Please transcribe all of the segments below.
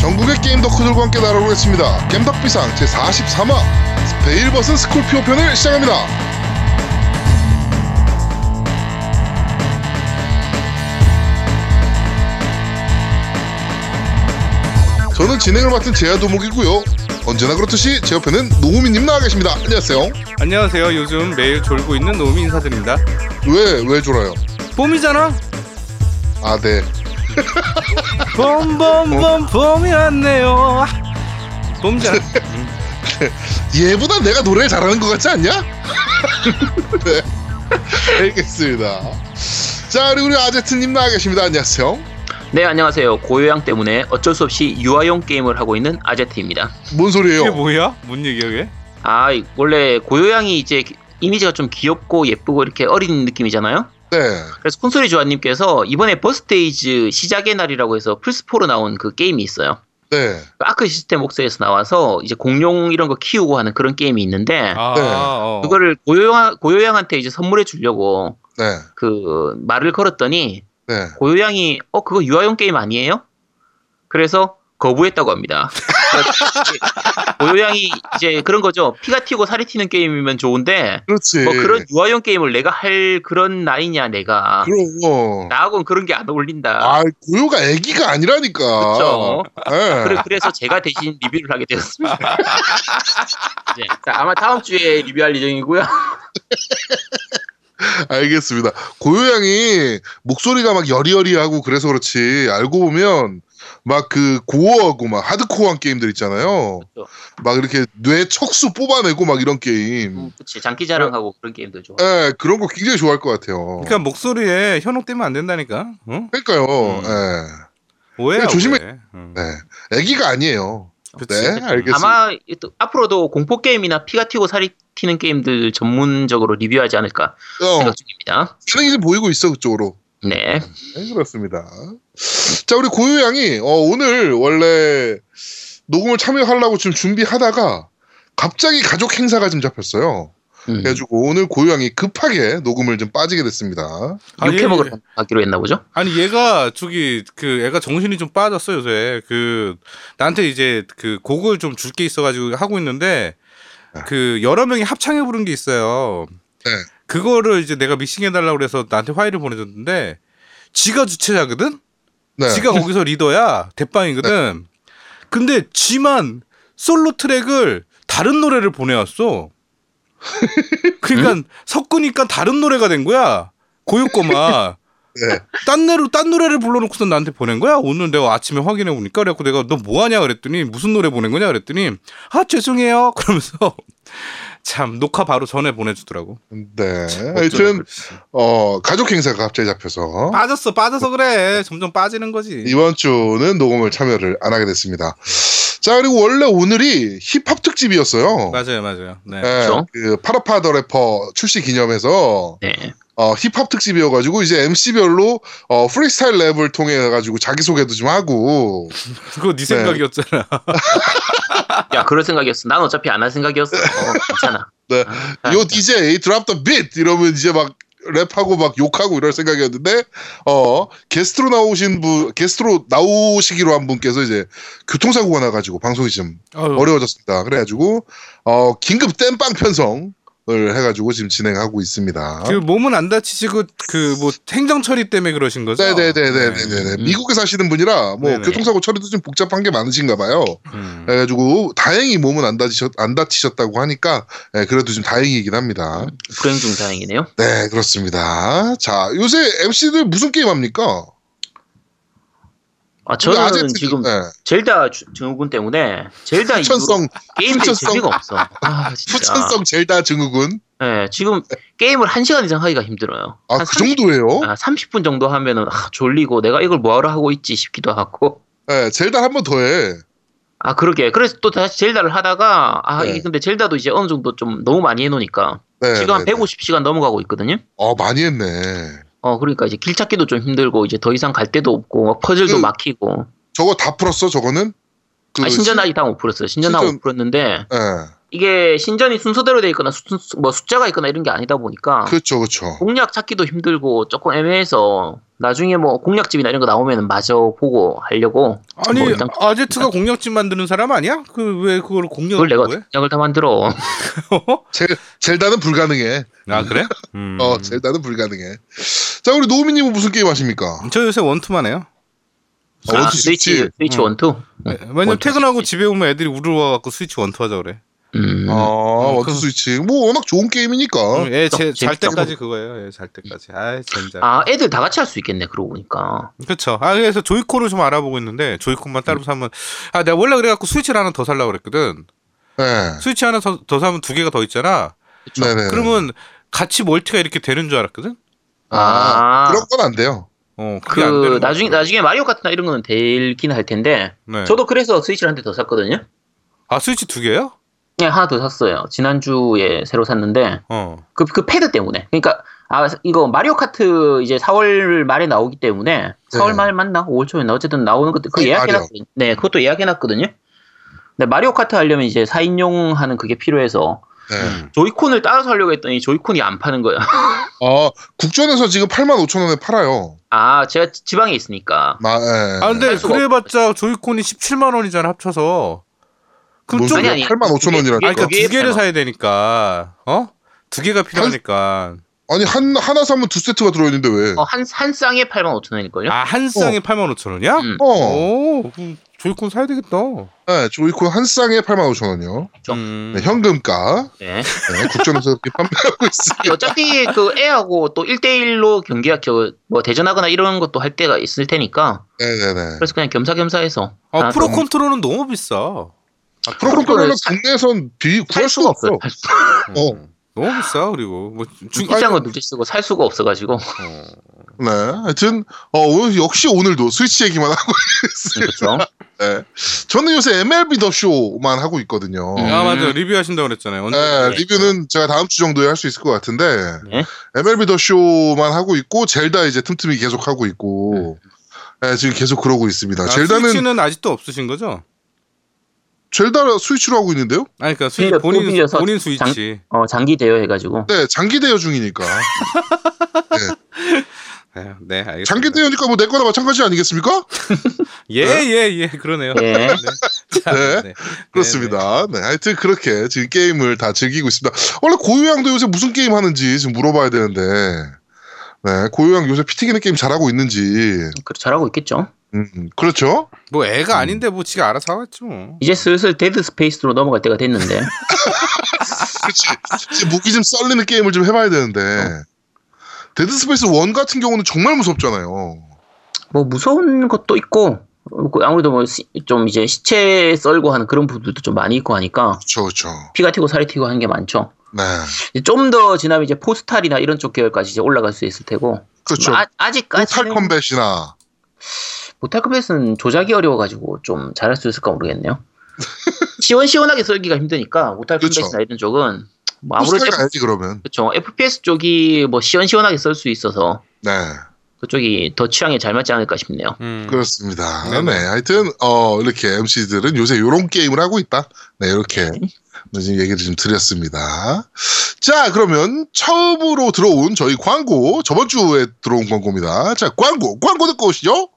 전국의 게임 덕후들과 함께 날아오겠습니다. 겜덕비상 제43화 스페일 버슨 스콜피오 편을 시작합니다. 저는 진행을 맡은 제야도목이고요. 언제나 그렇듯이 제 옆에는 노우미님 나와 계십니다. 안녕하세요. 안녕하세요. 요즘 매일 졸고 있는 노미 인사드립니다. 왜, 왜 졸아요? 봄이잖아. 아, 네. 봄봄봄 봄이 왔네요. 봄이잖아. 얘보다 내가 노래를 잘하는 것 같지 않냐? 네. 알겠습니다. 자, 그리고 우리 아제트님 나와 계십니다. 안녕하세요. 네 안녕하세요 고요양 때문에 어쩔 수 없이 유아용 게임을 하고 있는 아제트입니다 뭔 이게 소리예요? 네. 뭐야? 뭔 얘기야 이게? 아 이- 원래 고요양이 이제 기- 이미지가 좀 귀엽고 예쁘고 이렇게 어린 느낌이잖아요 네. 그래서 콘솔이 조아님께서 이번에 버스테이즈 시작의 날이라고 해서 플스4로 나온 그 게임이 있어요 네. 그 아크 시스템 옥스에서 나와서 이제 공룡 이런 거 키우고 하는 그런 게임이 있는데 아, 네. 어. 그거를 고요양, 고요양한테 이제 선물해 주려고 네. 그 말을 걸었더니 네. 고요양이 어 그거 유아용 게임 아니에요? 그래서 거부했다고 합니다. 그러니까 고요양이 이제 그런 거죠. 피가 튀고 살이 튀는 게임이면 좋은데 그렇지. 뭐 그런 유아용 게임을 내가 할 그런 나이냐 내가 그럼. 어. 나하고는 그런 게 안 어울린다. 그렇죠. 아, 고요가 애기가 아니라니까. 그렇죠. 네. 그래, 그래서 제가 대신 리뷰를 하게 되었습니다. 네, 자, 아마 다음 주에 리뷰할 예정이고요. 음. 알겠습니다. 고요양이 목소리가 막 여리여리하고 그래서 그렇지 알고 보면 막 그 고어하고 막 하드코어한 게임들 있잖아요. 그렇죠. 막 이렇게 뇌 척수 뽑아내고 막 이런 게임. 음, 그치 장기자랑하고 그런 게임도 좋아. 예, 그런 거 굉장히 좋아할 것 같아요. 그러니까 목소리에 현혹되면 안 된다니까. 응? 그러니까, 요 음. 예. 오해야. 그래, 조심해. 오해. 응. 네. 애기가 아니에요. 네, 그치. 알겠습니다. 아마 또 앞으로도 공포 게임이나 피가 튀고 살이 튀는 게임들 전문적으로 리뷰하지 않을까 어, 그렇죠. 생각 중입니다. 기능이 좀 보이고 있어, 그쪽으로. 네. 네, 그렇습니다. 자, 우리 고유양이 어, 오늘 원래 녹음을 참여하려고 지금 준비하다가 갑자기 가족 행사가 좀 잡혔어요. 음. 그래가지고 오늘 고유양이 급하게 녹음을 좀 빠지게 됐습니다. 아, 육회 예, 먹으러 예. 가기로 했나 보죠? 아니 얘가 저기 그 애가 정신이 좀 빠졌어 요새 그 나한테 이제 그 곡을 좀 줄 게 있어가지고 하고 있는데 그 여러 명이 합창해 부른 게 있어요. 네. 그거를 이제 내가 믹싱해 달라고 그래서 나한테 화일을 보내줬는데 지가 주최자거든. 네. 지가 거기서 리더야 대빵이거든. 근데 지만 솔로 트랙을 다른 노래를 보내왔어. 그러니까 섞으니까 다른 노래가 된 거야. 고유거만. 네. 딴 노래 딴 노래를 불러놓고서 나한테 보낸 거야. 오늘 내가 아침에 확인해 보니까 그래갖고 내가 너 뭐하냐 그랬더니 무슨 노래 보낸 거냐 그랬더니 아 죄송해요 그러면서 참 녹화 바로 전에 보내주더라고. 네. 하여튼 어, 가족 행사가 갑자기 잡혀서 빠졌어 빠져서 그래. 점점 빠지는 거지. 이번 주는 녹음을 참여를 안 하게 됐습니다. 자 그리고 원래 오늘이 힙합 특집이었어요. 맞아요 맞아요. 네. 예, 그렇죠. 그 파라파 더 래퍼 출시 기념해서 네. 어, 힙합 특집이어가지고 이제 MC별로 어, 프리스타일 랩을 통해 가지고 자기 소개도 좀 하고 그거 네 생각이었잖아. 야 그럴 생각이었어. 난 어차피 안 할 생각이었어. 어, 괜찮아. 네. 아, 요 DJ 드랍 더 비트 이러면 이제 막 랩하고 막 욕하고 이럴 생각이었는데 어 게스트로 나오신 분 게스트로 나오시기로 한 분께서 이제 교통사고가 나가지고 방송이 좀 아유, 어려워졌습니다. 그래가지고 어 긴급 땜빵 편성을 해가지고 지금 진행하고 있습니다. 그 몸은 안 다치시고 그 뭐 행정 처리 때문에 그러신 거죠? 네, 네네네네네네. 음. 미국에 사시는 분이라 뭐 네네. 교통사고 처리도 좀 복잡한 게 많으신가 봐요. 음. 그래가지고 다행히 몸은 안 다치셨 안 다치셨다고 하니까 예, 그래도 좀 다행이긴 합니다. 불행 중 다행이네요. 네 그렇습니다. 자 요새 MC들 무슨 게임 합니까? 아 아, 우리 저는 아제트님, 지금 네. 젤다 주- 증후군 때문에 젤다 이후로 후천성 게임이 후천성. 재미가 없어. 아 진짜. 후천성 젤다 증후군 네, 지금 게임을 한 시간 이상 하기가 힘들어요. 아 한 그 정도예요? 30분 정도 하면은 아, 졸리고 내가 이걸 뭐하러 하고 있지 싶기도 하고. 네, 젤다 한 번 더해. 아 그러게 그래서 또 다시 젤다를 하다가 아 네. 이게 근데 젤다도 이제 어느 정도 좀 너무 많이 해놓으니까 네, 지금 한 네, 네. 150시간 넘어가고 있거든요 어 많이 했네. 어 그러니까 이제 길 찾기도 좀 힘들고 이제 더 이상 갈 데도 없고 막 퍼즐도 그- 막히고 저거 다 풀었어 저거는? 음, 아 신전 아직 다 못 풀었어요 신전 다 신전- 못 풀었는데 예. 이게 신전이 순서대로 돼 있거나 수, 수- 뭐 숫자가 있거나 이런 게 아니다 보니까 그렇죠, 그렇죠. 공략 찾기도 힘들고 조금 애매해서 나중에 뭐 공략집이나 이런 거 나오면 마저 보고 하려고 아니 뭐 일단 아제트가 공략집 만드는 사람 아니야? 그 왜 그걸 그걸 공략을 내가 해? 공략을 다 만들어 젤다는 불가능해. 아 그래? 음. 어, 젤다는 불가능해. 자, 우리 노우미님은 무슨 게임 하십니까? 저 요새 원투만 해요. 어, 아, 어디 스위치 있지? 스위치 응. 원투 네, 왜냐면 원투 퇴근하고 스위치. 집에 오면 애들이 우르르 와갖고 스위치 원투 하자 그래. 음. 아, 원투 그- 스위치. 뭐 워낙 좋은 게임이니까. 음, 예잘 재밌다. 때까지 그거예요. 예 잘 때까지. 아 진짜. 아 애들 다 같이 할 수 있겠네 그러고 보니까 그렇죠. 아 그래서 조이콘을 좀 알아보고 있는데 조이콘만 따로 음. 사면 아 내가 원래 그래갖고 스위치를 하나 더 살라 고 그랬거든. 네. 스위치 하나 더, 더 사면 두 개가 더 있잖아. 네네. 그러면 같이 멀티가 이렇게 되는 줄 알았거든. 아, 아. 그런 건 안 돼요. 어 그게 안 그 되는 나중에 거야. 나중에 마리오 같은 이런 거는 되긴 할 텐데 네. 저도 그래서 스위치를 한 대 더 샀거든요 아 스위치 두 개요? 네 하나 더 샀어요 지난주에 새로 샀는데 어. 그, 그 패드 때문에. 그러니까 아 이거 마리오 카트 이제 4월 말에 나오기 때문에 4월 네. 말 맞나? 5월 초였나? 어쨌든 나오는 것도 그 네, 마리오. 예약해놨거든요. 네, 그것도 예약해놨거든요. 근데 마리오 카트 하려면 이제 4인용 하는 그게 필요해서 네. 음. 조이콘을 따라서 하려고 했더니 조이콘이 안 파는 거야. 어, 국전에서 지금 8만 5천 원에 팔아요. 아, 제가 지- 지방에 있으니까. 마, 예. 아 근데 할 수가 그래봤자 조이콘이 17만 원이잖아 합쳐서. 그럼 뭔 좀 소리야? 아니, 아니. 8만 5천 원이라. 아니 그게- 아니, 그러니까 두 여기에 개를 팔아. 사야 되니까 어? 두 개가 필요하니까 아니 한 하나 사면 두 세트가 들어있는데 왜? 어, 한, 한 쌍에 8만 5천 원일걸요? 아 한 쌍에 8만 5천 원이야? 음, 어, 오 그럼 조이콘 사야 되겠다 네, 조이콘 한 쌍에 8만 5천 원이요. 좀. 음. 네, 현금가. 네. 네, 국전에서 이렇게 판매하고 근데 있어요. 어차피 그 애하고 또 1대1로 경기가 겨- 뭐 대전하거나 이런 것도 할 때가 있을 테니까 네네네. 그래서 그냥 겸사겸사 해서 아 하나 프로 더 컨트롤은 너무 비싸 아, 프로콘토는 프로콘토는 국내에선 비 구할 살 수가 수가 없어. 없어요. 어. 음. 너무 비싸 그리고 뭐 중- 비싼 건 둘째 쓰고 살 수가 없어가지고 어. 네, 하여튼 어, 오늘 역시 오늘도 스위치 얘기만 하고 있어요. 그렇죠. 네. 저는 요새 MLB 더 쇼만 하고 있거든요. 음. 아 맞아 리뷰하신다고 그랬잖아요 언제 네, 리뷰는 제가 다음 주 정도에 할 수 있을 것 같은데 네. MLB 더 쇼만 하고 있고 젤다 이제 틈틈이 계속 하고 있고 네, 지금 계속 그러고 있습니다. 아, 젤다는 스위치는 아직도 없으신 거죠? 젤다 스위치로 하고 있는데요? 아니 그러니까 스위치 빌려- 본인, 빌려서 본인 스위치 어, 장기 대여 해가지고 네, 장기 대여 중이니까. 네, 네 알겠습니다 장기 대여니까 뭐 내 거나 마찬가지 아니겠습니까? 예예예 그러네요 예. 네. 자, 네, 네. 그렇습니다. 네, 하여튼 그렇게 지금 게임을 다 즐기고 있습니다. 원래 고유양도 요새 무슨 게임 하는지 지금 물어봐야 되는데, 네, 고유양 요새 피튀기는 게임 잘하고 있는지, 그래, 잘하고 있겠죠. 음, 그렇죠? 뭐 애가 아닌데 뭐 지가 알아서 하겠죠 뭐. 이제 슬슬 데드 스페이스로 넘어갈 때가 됐는데 그렇지. 지금 무기 좀 썰리는 게임을 좀 해봐야 되는데, 데드스페이스 1 같은 경우는 정말 무섭잖아요. 뭐 무서운 것도 있고 어, 그 아무래도 뭐 좀 이제 시체 썰고 하는 그런 부분들도 좀 많이 있고 하니까 그렇죠, 그렇죠. 피가 튀고 살이 튀고 하는 게 많죠. 네, 좀 더 지나면 이제 포스탈이나 이런 쪽 계열까지 이제 올라갈 수 있을 테고 그렇죠. 아, 포탈 아직까지는 컴뱃이나 모탈 컴뱃은 조작이 어려워가지고 좀 잘할 수 있을까 모르겠네요. 시원시원하게 썰기가 힘드니까 모탈 그쵸. 컴뱃이나 이런 쪽은 뭐 아무래도 포스텔 F, 가야지 그러면. 그쵸. FPS 쪽이 뭐 시원시원하게 썰 수 있어서 네, 그쪽이 더 취향에 잘 맞지 않을까 싶네요. 음. 그렇습니다. 네네. 네, 하여튼 어 이렇게 MC들은 요새 요런 게임을 하고 있다. 네, 이렇게 지금 얘기를 좀 드렸습니다. 자, 그러면 처음으로 들어온 저희 광고, 저번 주에 들어온 광고입니다. 자, 광고, 광고 듣고 오시죠.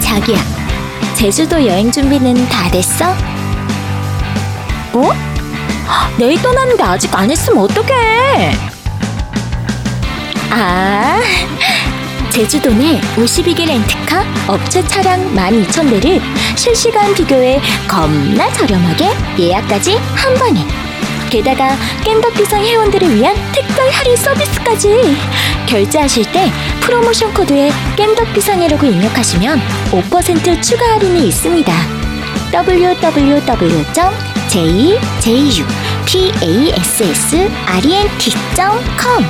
자기야, 제주도 여행 준비는 다 됐어? 뭐? 내일 떠나는데 아직 안 했으면 어떡해? 아, 제주도 내 52개 렌트카 업체 차량 12,000대를 실시간 비교해 겁나 저렴하게 예약까지 한 번에. 게다가 깸덕비상 회원들을 위한 특별 할인 서비스까지. 결제하실 때 프로모션 코드에 깸덕비상이라고 입력하시면 5% 추가 할인이 있습니다. e www.jjupassrent.com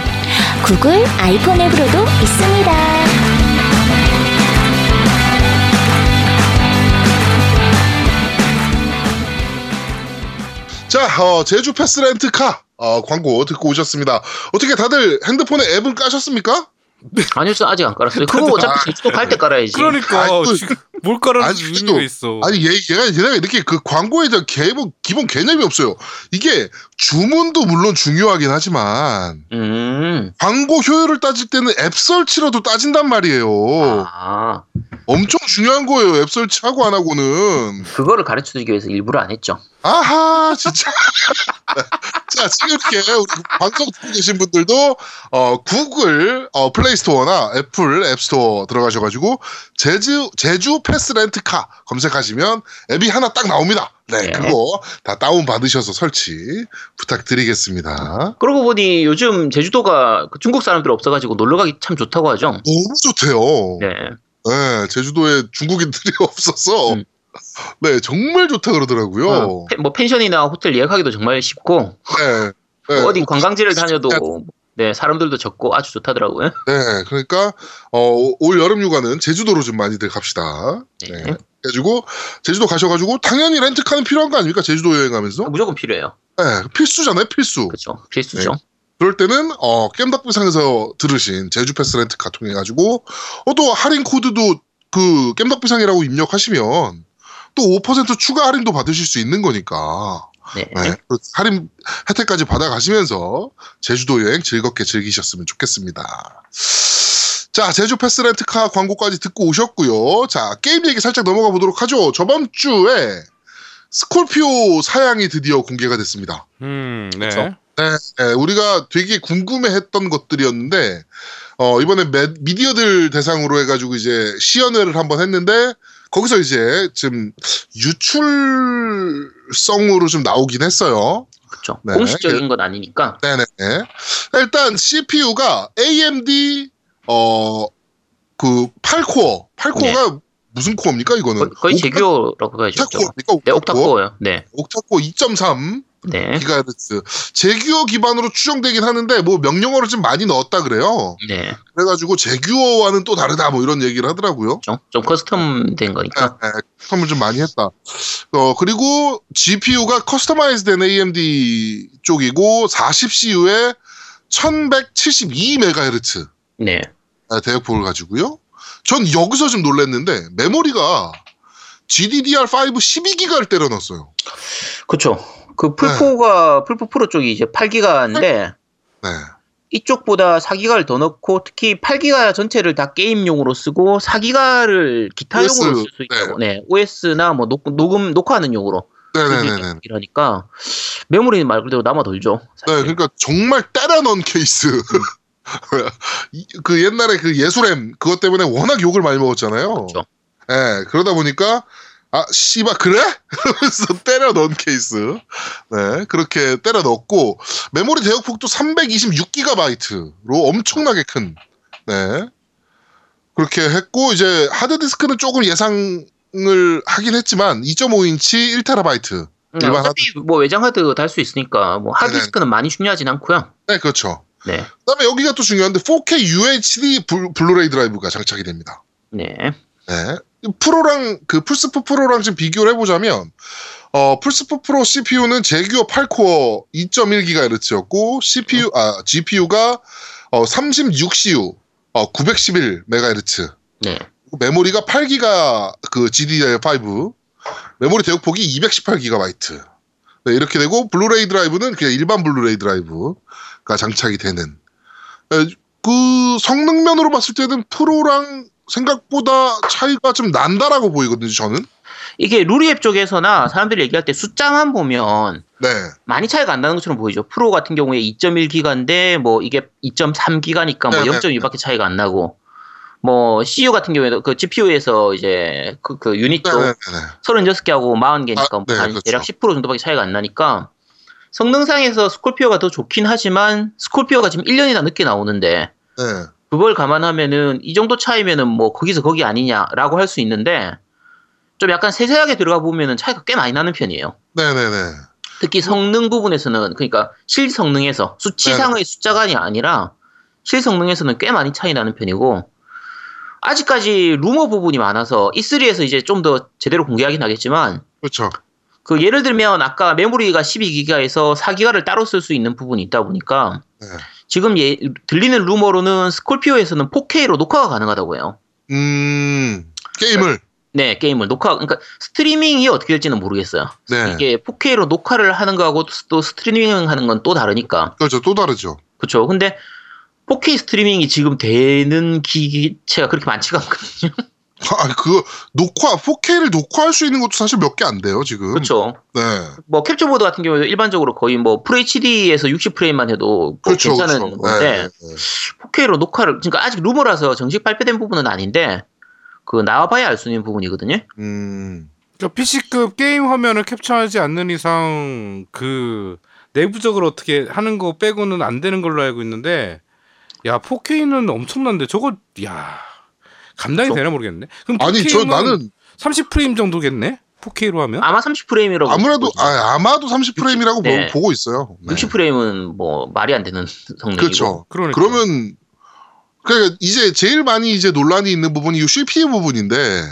구글 아이폰 앱으로도 있습니다. 자, 어, 제주 패스 렌트카 어, 광고 듣고 오셨습니다. 어떻게 다들 핸드폰에 앱은 까셨습니까? 아니요, 저 아직 안 깔았어요. 그거 어차피 제주도 갈 때 깔아야지. 그러니까 아니, 또- 지금 뭘 깔아는 아니, 의미가 있어. 아니 얘, 얘가 얘가 이렇게 그 광고에 대한 기본 기본 개념이 없어요. 이게 주문도 물론 중요하긴 하지만 음. 광고 효율을 따질 때는 앱 설치로도 따진단 말이에요. 아, 엄청 중요한 거예요. 앱 설치하고 안 하고는 그거를 가르쳐 주기 위해서 일부러 안 했죠. 아하 진짜. 자 지금 이렇게 우리 방송 듣고 계신 분들도 어, 구글 어, 플레이스토어나 애플 앱스토어 들어가셔가지고 제주 제주 패스 렌트카 검색하시면 앱이 하나 딱 나옵니다. 네, 네. 그거 다 다운 받으셔서 설치 부탁드리겠습니다. 그러고 보니 요즘 제주도가 그 중국 사람들 없어가지고 놀러 가기 참 좋다고 하죠. 너무 좋대요. 네. 네, 제주도에 중국인들이 없어서 음. 네 정말 좋다 그러더라고요. 어, 펜- 뭐 펜션이나 호텔 예약하기도 정말 쉽고 네, 네. 뭐 아. 어딘 관광지를 다녀도 네 사람들도 적고 아주 좋다더라고요. 네, 그러니까 어, 올 여름 휴가는 제주도로 좀 많이들 갑시다. 네. 네. 그래가지고 제주도 가셔가지고 당연히 렌트카는 필요한 거 아닙니까? 제주도 여행 가면서 무조건 필요해요. 네, 필수잖아요, 필수. 뭐. 그렇죠. 필수죠. 그럴 때는 어, 겜덕비상에서 들으신 제주 패스 렌트카 통해 가지고 어, 또 할인 코드도 그 겜덕비상이라고 입력하시면 또 5% 추가 할인도 받으실 수 있는 거니까. 네. 네. 그 할인 혜택까지 받아가시면서 제주도 여행 즐겁게 즐기셨으면 좋겠습니다. 자, 제주 패스 렌트카 광고까지 듣고 오셨고요. 자, 게임 얘기 살짝 넘어가 보도록 하죠. 저번 주에 스콜피오 사양이 드디어 공개가 됐습니다. 음, 네. 그쵸? 예, 우리가 되게 궁금해했던 것들이었는데 어, 이번에 매- 미디어들 대상으로 해가지고 이제 시연회를 한번 했는데 거기서 이제 지금 유출성으로 좀 나오긴 했어요. 그렇죠. 네. 공식적인 건 아니니까. 네네. 일단 CPU가 AMD 어그 8코어, 8코어가 무슨 코어입니까 이거는? 네. 거의, 거의 음, 옥타- 제규어라고 해야죠. 옥타코어입니까? 네, 옥타코어. 옥타코어요. 네. 옥타코어 2.3 네. 기가헤르츠. 제규어 기반으로 추정되긴 하는데 뭐 명령어를 좀 많이 넣었다 그래요. 네. 그래가지고 제규어와는 또 다르다 뭐 이런 얘기를 하더라고요. 좀, 좀 커스텀 된 거니까. 네, 커스텀을 좀 많이 했다. 어, 그리고 GPU가 커스터마이즈된 AMD 쪽이고 40CU에 1172MHz 네. 아, 대역폭을 가지고요. 전 여기서 좀 놀랐는데 메모리가 GDDR5 12기가를 때려 넣었어요. 그렇죠. 그 풀포가 풀포 프로 쪽이 이제 8기가인데 네. 이쪽보다 4기가를 더 넣고 특히 8기가 전체를 다 게임용으로 쓰고 4기가를 기타용으로 OS, 쓸 수 있다고. 네. OS나 뭐 녹, 녹음 녹화하는 용으로. 네네네네. 이러니까 메모리는 말 그대로 남아 돌죠. 네, 사실. 그러니까 정말 때려 넣은 케이스. 이- 그 옛날에 그 예술엠 그것 때문에 워낙 욕을 많이 먹었잖아요. 그렇죠. 예, 그러다 보니까 아 씨발 그래? 그러면서 때려 넣은 케이스. 네, 그렇게 때려 넣었고 메모리 대역폭도 326기가바이트로 엄청나게 큰. 네, 그렇게 했고 이제 하드 디스크는 조금 예상을 하긴 했지만 2.5인치 1테라바이트. 네, 그 일반 어차피 뭐 외장 하드 달 수 있으니까 뭐 하드디스크는 많이 중요하진 않고요. 네, 그렇죠. 네, 그다음에 여기가 또 중요한데 4K UHD 블- 블루레이 드라이브가 장착이 됩니다. 네, 네. 프로랑 그 플스4 프로랑 지금 비교를 해보자면 어 플스4 프로 CPU는 제규어 8코어 2.1GHz였고 CPU 아 GPU가 어 36CU 어 911MHz 네, 메모리가 8기가 그 GDDR5 메모리 대역폭이 218GB 네, 이렇게 되고 블루레이 드라이브는 그냥 일반 블루레이 드라이브가 장착이 되는 에, 그 성능 면으로 봤을 때는 프로랑 생각보다 차이가 좀 난다라고 보이거든요 저는 이게 루리앱 쪽에서나 사람들이 얘기할 때 숫자만 보면 네 많이 차이가 안 나는 것처럼 보이죠. 프로 같은 경우에 2.1기가인데 뭐 이게 2.3기가니까 뭐 네, 네, 0.2밖에 차이가 안 나고 뭐 CU 같은 경우에도 그 GPU에서 이제 그, 그 유닛도 네네네 36개하고 40개니까 아, 네, 그렇죠. 대략 10% 정도밖에 차이가 안 나니까 성능상에서 스콜피오가 더 좋긴 하지만 스콜피오가 지금 1년이나 늦게 나오는데 네. 그걸 감안하면은 이 정도 차이면은 뭐 거기서 거기 아니냐라고 할 수 있는데 좀 약간 세세하게 들어가 보면은 차이가 꽤 많이 나는 편이에요. 네네네 특히 성능 부분에서는 그러니까 실 성능에서 수치상의 네. 숫자간이 아니라 실 성능에서는 꽤 많이 차이 나는 편이고 아직까지 루머 부분이 많아서 E3에서 이제 좀 더 제대로 공개하긴 하겠지만 그렇죠 그 예를 들면 아까 메모리가 12기가에서 4기가를 따로 쓸 수 있는 부분이 있다 보니까 네. 지금 예- 들리는 루머로는 스콜피오에서는 4K로 녹화가 가능하다고 해요. 음, 게임을. 네, 게임을 녹화, 그러니까 스트리밍이 어떻게 될지는 모르겠어요. 네. 이게 4K로 녹화를 하는 거하고 또 스트리밍 하는 건 또 다르니까. 그렇죠. 또 다르죠. 그쵸. 근데 4K 스트리밍이 지금 되는 기기체가 그렇게 많지가 않거든요. 아, 그 녹화 4K를 녹화할 수 있는 것도 사실 몇 개 안 돼요 지금. 그쵸. 네. 뭐 캡처보드 같은 경우에도 일반적으로 거의 뭐 FHD에서 60프레임만 해도 뭐 그렇죠. 괜찮은 그렇죠. 네. 건데 네. 4K로 녹화를, 그러니까 아직 루머라서 정식 발표된 부분은 아닌데 그 나와봐야 알 수 있는 부분이거든요. 음. 그러니까 PC급 게임 화면을 캡처하지 않는 이상 그 내부적으로 어떻게 하는 거 빼고는 안 되는 걸로 알고 있는데 야 4K는 엄청난데 저거 야 감당이 저- 되나 모르겠네. 그럼 아니 저 4K는 나는 30프레임 정도겠네. 4K로 하면 아마 30프레임이라고. 아무래도 아, 아마도 30프레임이라고 네. 보고 있어요. 네. 60프레임은 뭐 말이 안 되는 성능이고. 그렇죠. 그러니까. 그러면 그러니까 이제 제일 많이 이제 논란이 있는 부분이 이 CPU 부분인데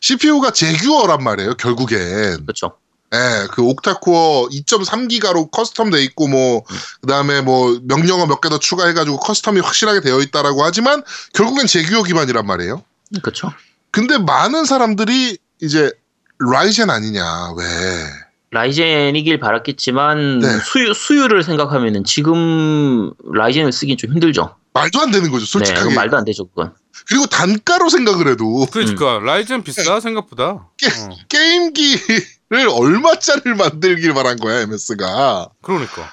CPU가 제규어란 말이에요. 결국엔 그렇죠. 예, 그 옥타코어 2.3기가로 커스텀 돼 있고 뭐 그다음에 뭐 명령어 몇 개 더 추가해 가지고 커스텀이 확실하게 되어 있다라고 하지만 결국엔 제규어 기반이란 말이에요. 그렇죠. 근데 많은 사람들이 이제 라이젠 아니냐. 왜? 라이젠이길 바랐겠지만 네. 수유 수유를 생각하면은 지금 라이젠을 쓰긴 좀 힘들죠. 말도 안 되는 거죠, 네, 솔직하게. 그건 말도 안 되죠 그건. 그리고 단가로 생각을 해도 음. 그러니까 라이젠 예. 비싸 생각보다. 어, 게임기를 얼마짜리를 만들길 바란 거야, MS가. 그러니까.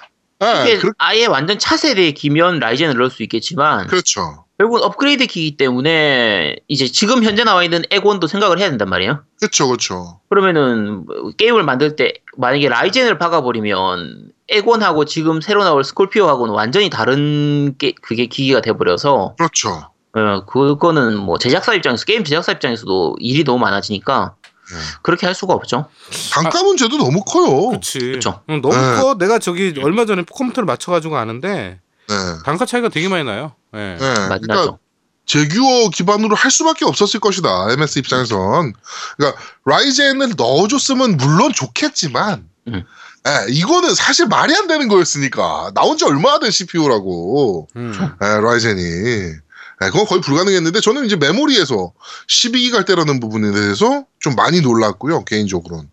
이게 그, 아예 완전 차세대 기면 라이젠을 넣을 수 있겠지만 그렇죠. 결국은 업그레이드 기기 때문에 이제 지금 현재 나와 있는 액원도 생각을 해야 된단 말이에요. 그렇죠, 그렇죠. 그러면은 뭐 게임을 만들 때 만약에 라이젠을 박아버리면 액원하고 지금 새로 나올 스콜피오하고는 완전히 다른 게 그게 기기가 돼버려서 그렇죠. 어, 그거는 뭐 제작사 입장에서 게임 제작사 입장에서도 일이 너무 많아지니까 예. 그렇게 할 수가 없죠. 단가 문제도 너무 커요. 그렇지. 그렇죠. 아, 그쵸. 음, 너무 네. 커. 내가 저기 얼마 전에 컴퓨터를 맞춰가지고 아는데 네. 단가 차이가 되게 많이 나요. 예. 네. 맞긴 그러니까 하죠. 제규어 기반으로 할 수밖에 없었을 것이다. MS 입장에선. 그러니까 라이젠을 넣어줬으면 물론 좋겠지만 음. 예, 이거는 사실 말이 안 되는 거였으니까 나온 지 얼마나 된 CPU라고 음. 라이젠이 예, 그건 거의 불가능했는데 저는 이제 메모리에서 12기가 때라는 부분에 대해서 좀 많이 놀랐고요 개인적으로는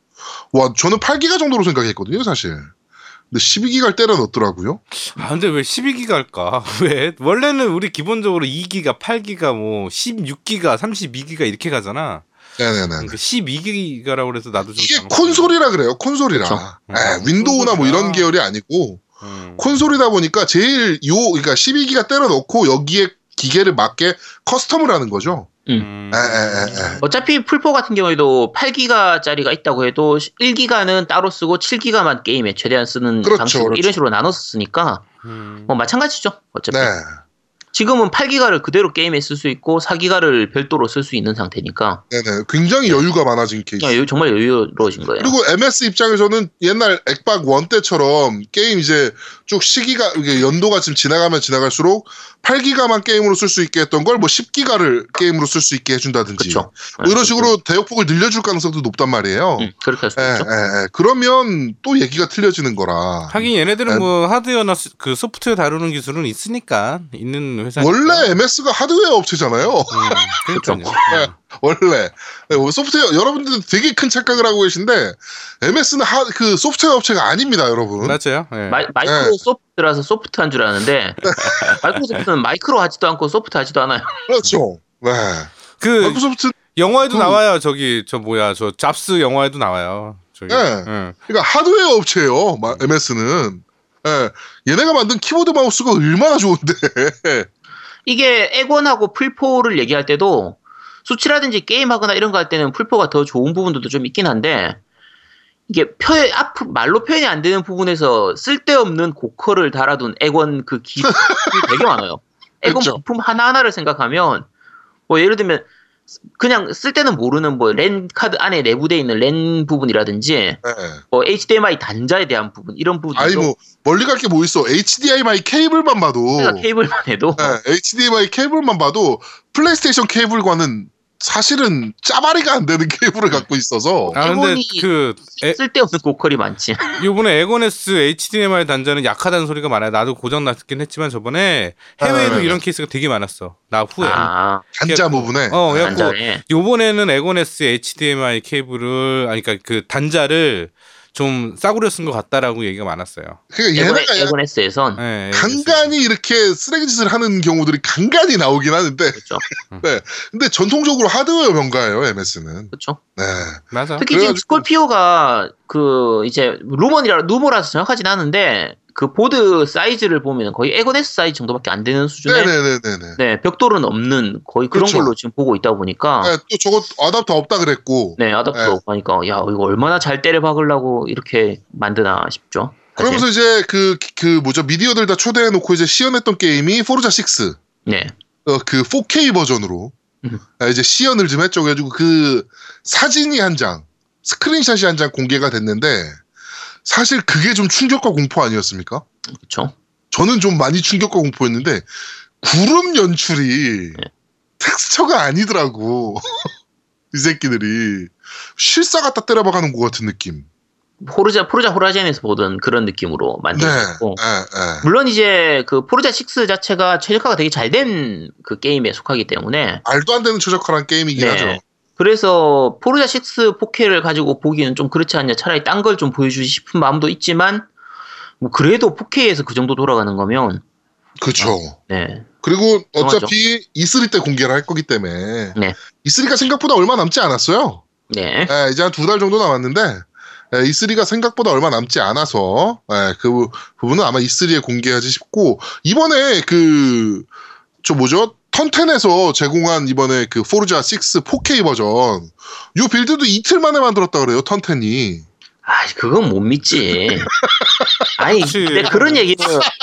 와 저는 8기가 정도로 생각했거든요 사실 근데 12기가 때려 넣더라고요 아, 근데 왜 12기가일까? 왜? 원래는 우리 기본적으로 2기가, 8기가, 뭐 16기가, 32기가 이렇게 가잖아. 네네네 그러니까 12기가라고 그래서 나도 좀 이게 당황- 콘솔이라 그래요 콘솔이라 그쵸. 예, 음, 윈도우나 뭐 이런 콘솔이라. 계열이 아니고 음. 콘솔이다 보니까 제일 요 그러니까 12기가 때려 넣고 여기에 기계를 맞게 커스텀을 하는 거죠 음. 에, 에, 에, 에. 어차피 풀포 같은 경우에도 8기가짜리가 있다고 해도 1기가는 따로 쓰고 7기가만 게임에 최대한 쓰는 그렇죠, 방식으로 그렇죠. 이런 식으로 나눠서 쓰니까 음. 뭐 마찬가지죠. 어차피 네 지금은 8기가를 그대로 게임에 쓸 수 있고 4기가를 별도로 쓸 수 있는 상태니까 네네 굉장히 여유가 많아진 케이스 그냥 여유- 정말 여유로워진 거예요. 그리고 MS 입장에서는 옛날 액박 원 때처럼 게임 이제 쭉 시기가 이게 연도가 지금 지나가면 지나갈수록 8기가만 게임으로 쓸 수 있게 했던 걸 뭐 10기가를 게임으로 쓸 수 있게 해준다든지 그렇죠. 뭐 이런 식으로 대역폭을 늘려줄 가능성도 높단 말이에요. 음, 그렇게 할 수 예, 있죠. 예, 예. 그러면 또 얘기가 틀려지는 거라. 하긴 얘네들은 에. 뭐 하드웨어나 스- 그 소프트웨어 다루는 기술은 있으니까 있는 회사. 원래 MS가 하드웨어 업체잖아요. 음, 그렇죠. 원래 네, 소프트웨어 여러분들 되게 큰 착각을 하고 계신데 MS는 하, 그 소프트웨어 업체가 아닙니다, 여러분. 맞아요. 네. 예. 마이, 마이크로 소프트라서 소프트한 줄 아는데 마이크로 소프트는 마이크로 하지도 않고 소프트 하지도 않아요. 그렇죠. 네. 그 마이크로소프트 영화에도 그- 나와요. 저기 저 뭐야 저 잡스 영화에도 나와요. 저기. 예. 예. 그러니까 하드웨어 업체예요. MS는. 예. 얘네가 만든 키보드 마우스가 얼마나 좋은데. 이게 액원하고 풀포를 얘기할 때도 수치라든지 게임하거나 이런 거 할 때는 풀포가 더 좋은 부분들도 좀 있긴 한데 이게 표현 앞 말로 표현이 안 되는 부분에서 쓸데없는 고커를 달아둔 액원 그 기술이 되게 많아요. 액원 그쵸. 부품 하나 하나를 생각하면 뭐 예를 들면 그냥 쓸 때는 모르는 뭐 랜 카드 안에 내부되어 있는 랜 부분이라든지 예. 뭐 HDMI 단자에 대한 부분 이런 아니 부분들도 뭐 멀리 갈 게 뭐 있어. HDMI 케이블만 봐도 그러니까 네, 케이블만 해도 예, HDMI 케이블만 봐도 플레이스테이션 케이블과는 사실은 짜바리가 안 되는 케이블을 갖고 있어서 아 근데 일본이- 그 에, 쓸데없는 고퀄이 많지. 요번에 에고네스 HDMI 단자는 약하다는 소리가 많아요. 나도 고장 났긴 했지만 저번에 해외에도 아, 네, 이런 케이스가 되게 많았어. 나 후에. 아, 단자 부분에 네. 어, 그래갖고 안전해. 요번에는 에고네스 HDMI 케이블을 아니 그러니까 그 단자를 좀 싸구려 쓴 것 같다라고 얘기가 많았어요. 그러니까 아, 에고네, 얘네가 에고네스에선 예, 간간히 이렇게 쓰레기 짓을 하는 경우들이 간간히 나오긴 하는데 그렇죠. 근데 전통적으로 하드웨어 병가예요 MS는 그렇죠. 네 맞아. 특히 지금 그래가지고- 스콜피오가 그 이제 루머니라 루머라서 정확하진 않은데 그 보드 사이즈를 보면 거의 에고네스 사이즈 정도밖에 안 되는 수준의 네네네네네 네, 벽돌은 없는 거의 그런 그렇죠. 걸로 지금 보고 있다 보니까 네, 또 저거 어답터 없다 그랬고 아. 네, 아답터 네. 하니까 야 이거 얼마나 잘 때려 박으려고 이렇게 만드나 싶죠. 사실. 그러면서 이제 그 그 뭐죠 미디어들 다 초대해 놓고 이제 시연했던 게임이 포르자 6 네, 어, 그 4K 버전으로 음. 아, 이제 시연을 좀 했죠. 그래가지고 그 사진이 한 장, 스크린샷이 한 장 공개가 됐는데 사실 그게 좀 충격과 공포 아니었습니까? 그렇죠. 저는 좀 많이 충격과 공포였는데 구름 연출이 네. 텍스처가 아니더라고. 이 새끼들이 실사 갖다 때려박아놓은 것 같은 느낌. 포르자 포르자 호라젠에서 보던 아, 그런 느낌으로 네, 만들었고 예, 예. 물론 이제 그 포르자 6 자체가 최적화가 되게 잘 된 그 게임에 속하기 때문에 말도 안 되는 최적화란 게임이긴 네. 하죠. 그래서 포르자 6 4K를 가지고 보기는 좀 그렇지 않냐. 차라리 딴 걸 좀 보여주지 싶은 마음도 있지만 뭐 그래도 4K에서 그 정도 돌아가는 거면 그렇죠. 네. 그리고 어차피 E3 때 공개를 할 거기 때문에 E 네. E3가 생각보다 얼마 남지 않았어요. 네. 예, 이제 한 두 달 정도 남았는데 예, E3가 생각보다 얼마 남지 않아서 예, 그 부분은 아마 E3에 공개하지 싶고 이번에 그 저 뭐죠 턴텐에서 제공한 이번에 그 포르자 6 4K 버전 요 빌드도 이틀 만에 만들었다 그래요 턴텐이 아, 그건 못 믿지. 아니, 그치. 네. 내가 그런 얘기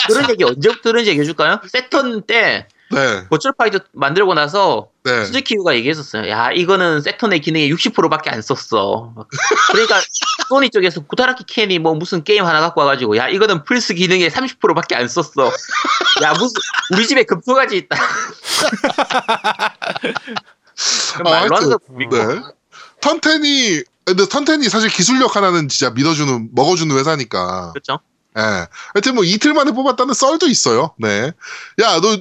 그런 얘기 언제부터 들은지 얘기해 줄까요? 세턴 때 네, 버츄얼 파이터 만들고 나서 네, 수즈키유가 얘기했었어요. 야, 이거는 세턴의 기능의 60%밖에 안 썼어. 그러니까 소니 쪽에서 구타라키 캔이 뭐 무슨 게임 하나 갖고 와가지고 야, 이거는 플스 기능의 30%밖에 안 썼어. 야, 무슨 우리 집에 금토가지 있다. 그런 아, 말로 하는 거 믿고. 네. 턴텐이 근데 턴텐이 사실 기술력 하나는 진짜 믿어주는 먹어주는 회사니까 그렇죠. 예. 하여튼 뭐 이틀 만에 뽑았다는 썰도 있어요. 네. 야, 너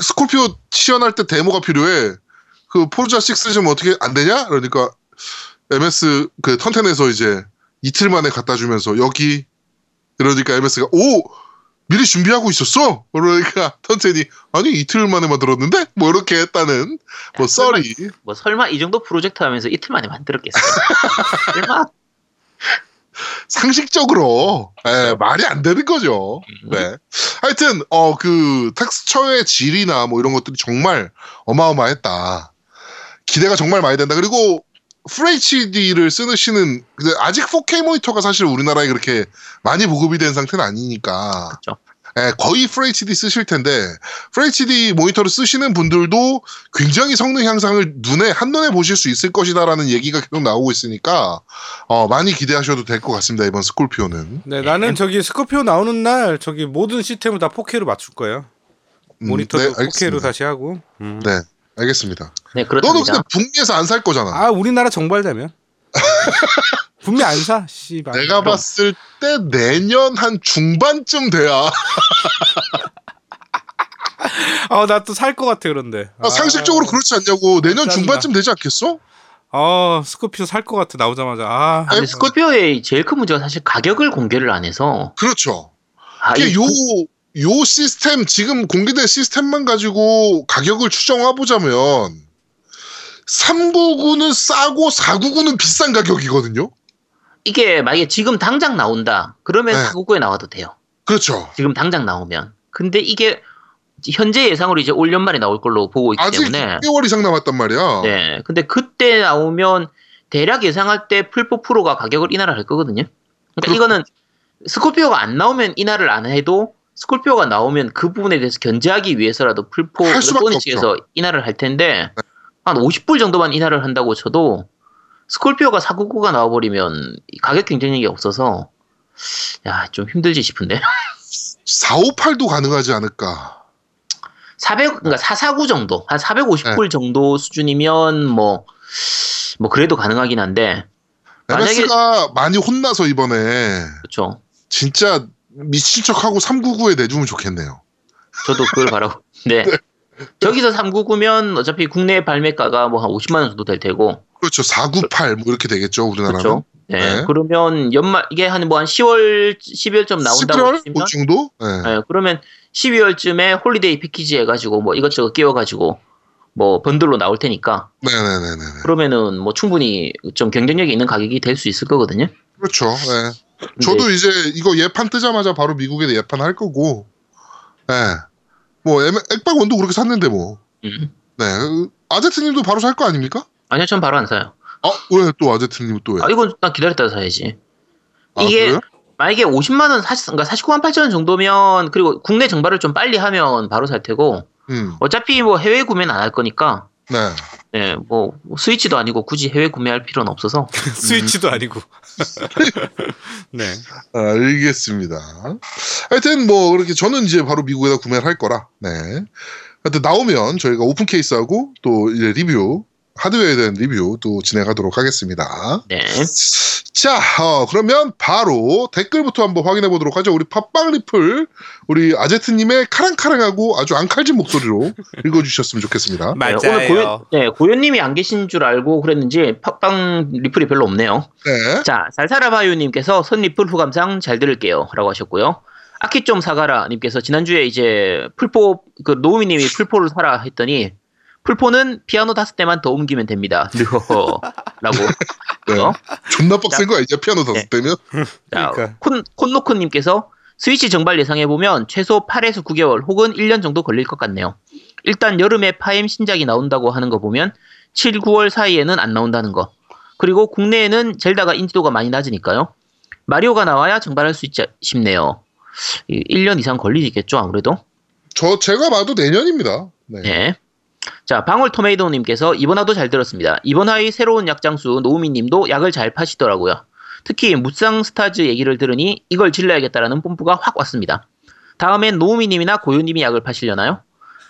스콜피오 시연할 때 데모가 필요해. 그 포르자 6 좀 어떻게 안 되냐? 그러니까 MS 그 턴텐에서 이제 이틀 만에 갖다 주면서 여기 그러니까 MS가 오 미리 준비하고 있었어. 그러니까 턴텐이 아니 이틀 만에 만들었는데 뭐 이렇게 했다는 뭐 설마- 썰이 뭐 설마 이 정도 프로젝트 하면서 이틀 만에 만들었겠어. 설마. 상식적으로 예, 말이 안 되는 거죠. 네. 하여튼 어 그 텍스처의 질이나 뭐 이런 것들이 정말 어마어마했다. 기대가 정말 많이 된다. 그리고 FHD를 쓰시는 근데 아직 4K 모니터가 사실 우리나라에 그렇게 많이 보급이 된 상태는 아니니까. 그렇죠. 예, 거의 FHD 쓰실 텐데 FHD 모니터를 쓰시는 분들도 굉장히 성능 향상을 눈에 한눈에 보실 수 있을 것이다라는 얘기가 계속 나오고 있으니까 어, 많이 기대하셔도 될 것 같습니다. 이번 스콜피오는 음, 네, 나는 저기 스코피오 나오는 날 저기 모든 시스템을 다 4K로 맞출 거예요. 음, 모니터도 네, 4K로 알겠습니다. 다시 하고. 음. 네, 알겠습니다. 네, 너도 그렇답니다. 근데 북미에서 안 살 거잖아. 아, 우리나라 정발되면 분명 안 사. 씨발. 내가 봤을 때 내년 한 중반쯤 돼야 아, 나 또 살 것 같아 그런데. 아, 상식적으로 그렇지 않냐고 내년 짜증나. 중반쯤 되지 않겠어? 아, 스코피오 살 것 같아 나오자마자. 아, 아, 근데 스콜피오의 제일 큰 문제가 사실 가격을 공개를 안 해서 그렇죠. 아, 이게 이- 요, 요 시스템, 지금 공개된 시스템만 가지고 가격을 추정해보자면, 399는 싸고 499는 비싼 가격이거든요? 이게 만약에 지금 당장 나온다. 그러면 네. 사고구에 나와도 돼요. 그렇죠. 지금 당장 나오면. 근데 이게 현재 예상으로 이제 올 연말에 나올 걸로 보고 있기 아직 때문에 6개월 이상 남았단 말이야. 네. 근데 그때 나오면 대략 예상할 때 풀포 프로가 가격을 인하를 할 거거든요. 그러니까 이거는 스콜피오가 안 나오면 인하를 안 해도 스콜피오가 나오면 그 부분에 대해서 견제하기 위해서라도 풀포 할 수밖에 소니 없죠. 네. 측에서 인하를 할 텐데 한 50불 정도만 인하를 한다고 쳐도 스콜피오가 499가 나와버리면 이 가격 경쟁력이 없어서 야 좀 힘들지 싶은데 458도 가능하지 않을까. 400 그러니까 449 정도 한 네. 450불 정도 수준이면 뭐 뭐 그래도 가능하긴 한데 만약에- MS가 많이 혼나서 이번에 그렇죠. 진짜 미친 척하고 399에 내주면 좋겠네요. 저도 그걸 바라고. 네. 저기서 399면 어차피 국내 발매가가 뭐 한 50만 원 정도 될 테고. 그렇죠. 498 뭐 이렇게 되겠죠. 우리나라는. 그렇죠. 네. 네. 그러면 연말 이게 한 뭐 한 10월 12월쯤 나온다고 11월 치면 그 정도? 네. 예, 그러면 12월쯤에 홀리데이 패키지 해가지고 뭐 이것저것 끼워가지고 뭐 번들로 나올 테니까 네네네네. 그러면은 뭐 충분히 좀 경쟁력이 있는 가격이 될 수 있을 거거든요. 그렇죠. 네. 근데 저도 이제 이거 예판 뜨자마자 바로 미국에 예판 할 거고. 네. 뭐 엠- 액박원도 그렇게 샀는데 뭐. 음. 네. 아제트님도 바로 살 거 아닙니까? 아니요, 전 바로 안 사요. 아, 왜 또 아제트님 네. 또 왜? 어? 아 이건 나 기다렸다 사야지. 아, 이게 그래요? 만약에 50만 원, 40, 그러니까 49만 8천 원 정도면 그리고 국내 정발을 좀 빨리 하면 바로 살 테고 음. 어차피 뭐 해외 구매는 안 할 거니까 네. 예, 뭐 스위치도 아니고 굳이 해외 구매할 필요는 없어서 스위치도 아니고. 네. 알겠습니다. 하여튼 뭐 그렇게 저는 이제 바로 미국에다 구매를 할 거라. 네. 하여튼 나오면 저희가 오픈 케이스하고 또 이제 리뷰 하드웨어에 대한 리뷰 또 진행하도록 하겠습니다. 네, 자, 어, 그러면 바로 댓글부터 한번 확인해 보도록 하죠. 우리 팟빵 리플 우리 아제트님의 카랑카랑하고 아주 앙칼진 목소리로 읽어주셨으면 좋겠습니다. 맞아요. 네, 오늘 고현 네, 고현님이 안 계신 줄 알고 그랬는지 팟빵 리플이 별로 없네요. 네, 자, 살살아바유님께서 선리플 후감상 잘 들을게요. 라고 하셨고요. 아키 좀 사가라님께서 지난주에 이제 풀포, 그 노우미님이 풀포를 사라 했더니 풀포는 피아노 다섯 대만 더 옮기면 됩니다. 르허허. 라고. 네. 했고요. 존나 빡센 거야 이제 피아노 다섯 대면. 자, 그러니까. 콘, 콘노크님께서 스위치 정발 예상해보면 최소 8에서 9개월 혹은 1년 정도 걸릴 것 같네요. 일단 여름에 파임 신작이 나온다고 하는 거 보면 7, 9월 사이에는 안 나온다는 거. 그리고 국내에는 젤다가 인지도가 많이 낮으니까요. 마리오가 나와야 정발할 수 있지 싶네요. 1년 이상 걸리겠죠, 아무래도. 저 제가 봐도 내년입니다. 네. 네. 자, 방울 토메이도님께서 이번 화도 잘 들었습니다. 이번 화의 새로운 약장수 노우미님도 약을 잘 파시더라고요. 특히 무쌍 스타즈 얘기를 들으니 이걸 질러야겠다라는 뽐뿌가 확 왔습니다. 다음엔 노우미님이나 고유님이 약을 파시려나요?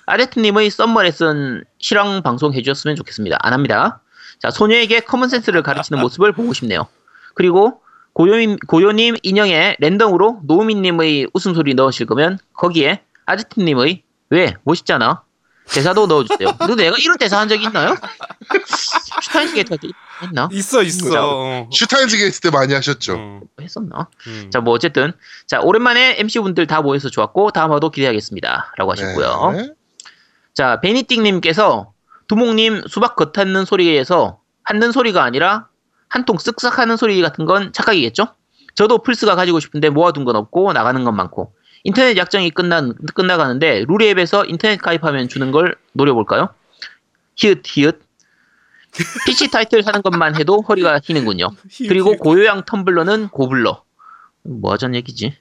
아레트님의 썸머 레슨 실황 방송 해주셨으면 좋겠습니다. 안 합니다. 자, 소녀에게 커먼센스를 가르치는 모습을 보고 싶네요. 그리고 고요님, 고요님 인형에 랜덤으로 노우미님의 웃음소리 넣으실 거면 거기에 아제트님의 왜 멋있잖아 대사도 넣어주세요. 근데 내가 이런 대사 한 적이 있나요? 슈타인 게이트한테 했나? 있어 있어. 슈타인즈 게이트 때 많이 하셨죠. 음, 했었나? 음. 자, 뭐 어쨌든 자 오랜만에 MC 분들 다 모여서 좋았고 다음 화도 기대하겠습니다라고 하셨고요. 네. 자 베니띵님께서 두목님 수박 겉하는 소리에서 하는 소리가 아니라 한 통 쓱싹하는 소리 같은 건 착각이겠죠? 저도 플스가 가지고 싶은데 모아둔 건 없고 나가는 건 많고 인터넷 약정이 끝난 끝나가는데 루리앱에서 인터넷 가입하면 주는 걸 노려볼까요? 히읗 히읗 PC 타이틀 사는 것만 해도 허리가 휘는군요. 그리고 고요양 텀블러는 고블러. 뭐 하자는 얘기지?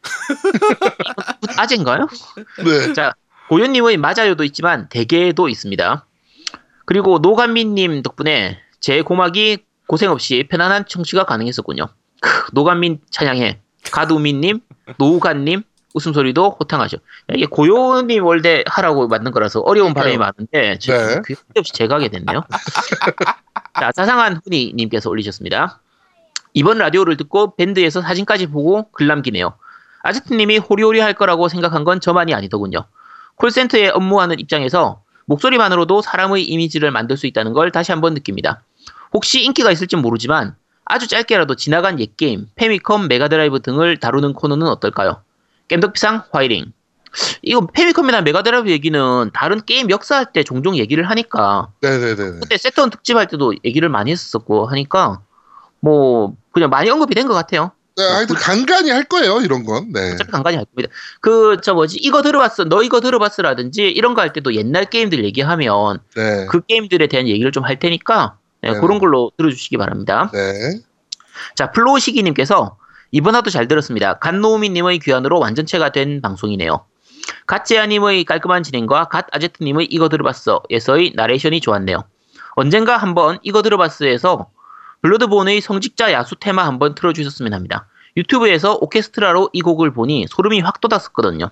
아젠가요? 네. 자, 고현님의 맞아요도 있지만 대개도 있습니다. 그리고 노간민님 덕분에 제 고막이 고생 없이 편안한 청취가 가능했었군요. 크, 노간민 찬양해. 가두민님, 노우간님 웃음소리도 호탕하죠. 이게 고요님 월대 하라고 만든 거라서 어려운 발음이 많은데 네. 제가 그게 없이 제가 하게 됐네요. 자, 자상한 훈이님께서 올리셨습니다. 이번 라디오를 듣고 밴드에서 사진까지 보고 글 남기네요. 아제트님이 호리호리 할 거라고 생각한 건 저만이 아니더군요. 콜센터에 업무하는 입장에서 목소리만으로도 사람의 이미지를 만들 수 있다는 걸 다시 한번 느낍니다. 혹시 인기가 있을지 모르지만 아주 짧게라도 지나간 옛게임, 페미컴, 메가드라이브 등을 다루는 코너는 어떨까요? 겜덕비상 화이링. 이거 페미컴이나 메가드라이브 얘기는 다른 게임 역사할 때 종종 얘기를 하니까 네네네네. 그때 세턴 특집할 때도 얘기를 많이 했었고 하니까 뭐 그냥 많이 언급이 된 것 같아요. 네, 하여튼 간간히 할 거예요 이런 건. 네. 어차피 간간히 할 겁니다. 그 저 뭐지 이거 들어봤어 너 이거 들어봤어라든지 이런 거 할 때도 옛날 게임들 얘기하면 네. 그 게임들에 대한 얘기를 좀 할 테니까 네, 네. 그런 걸로 들어주시기 바랍니다. 네. 자 플로우시기님께서 이번 화도 잘 들었습니다. 갓노우미님의 귀환으로 완전체가 된 방송이네요. 갓제아님의 깔끔한 진행과 갓아제트님의 이거 들어봤어에서의 나레이션이 좋았네요. 언젠가 한번 이거 들어봤어에서 블러드본의 성직자 야수 테마 한번 틀어주셨으면 합니다. 유튜브에서 오케스트라로 이 곡을 보니 소름이 확 돋았었거든요.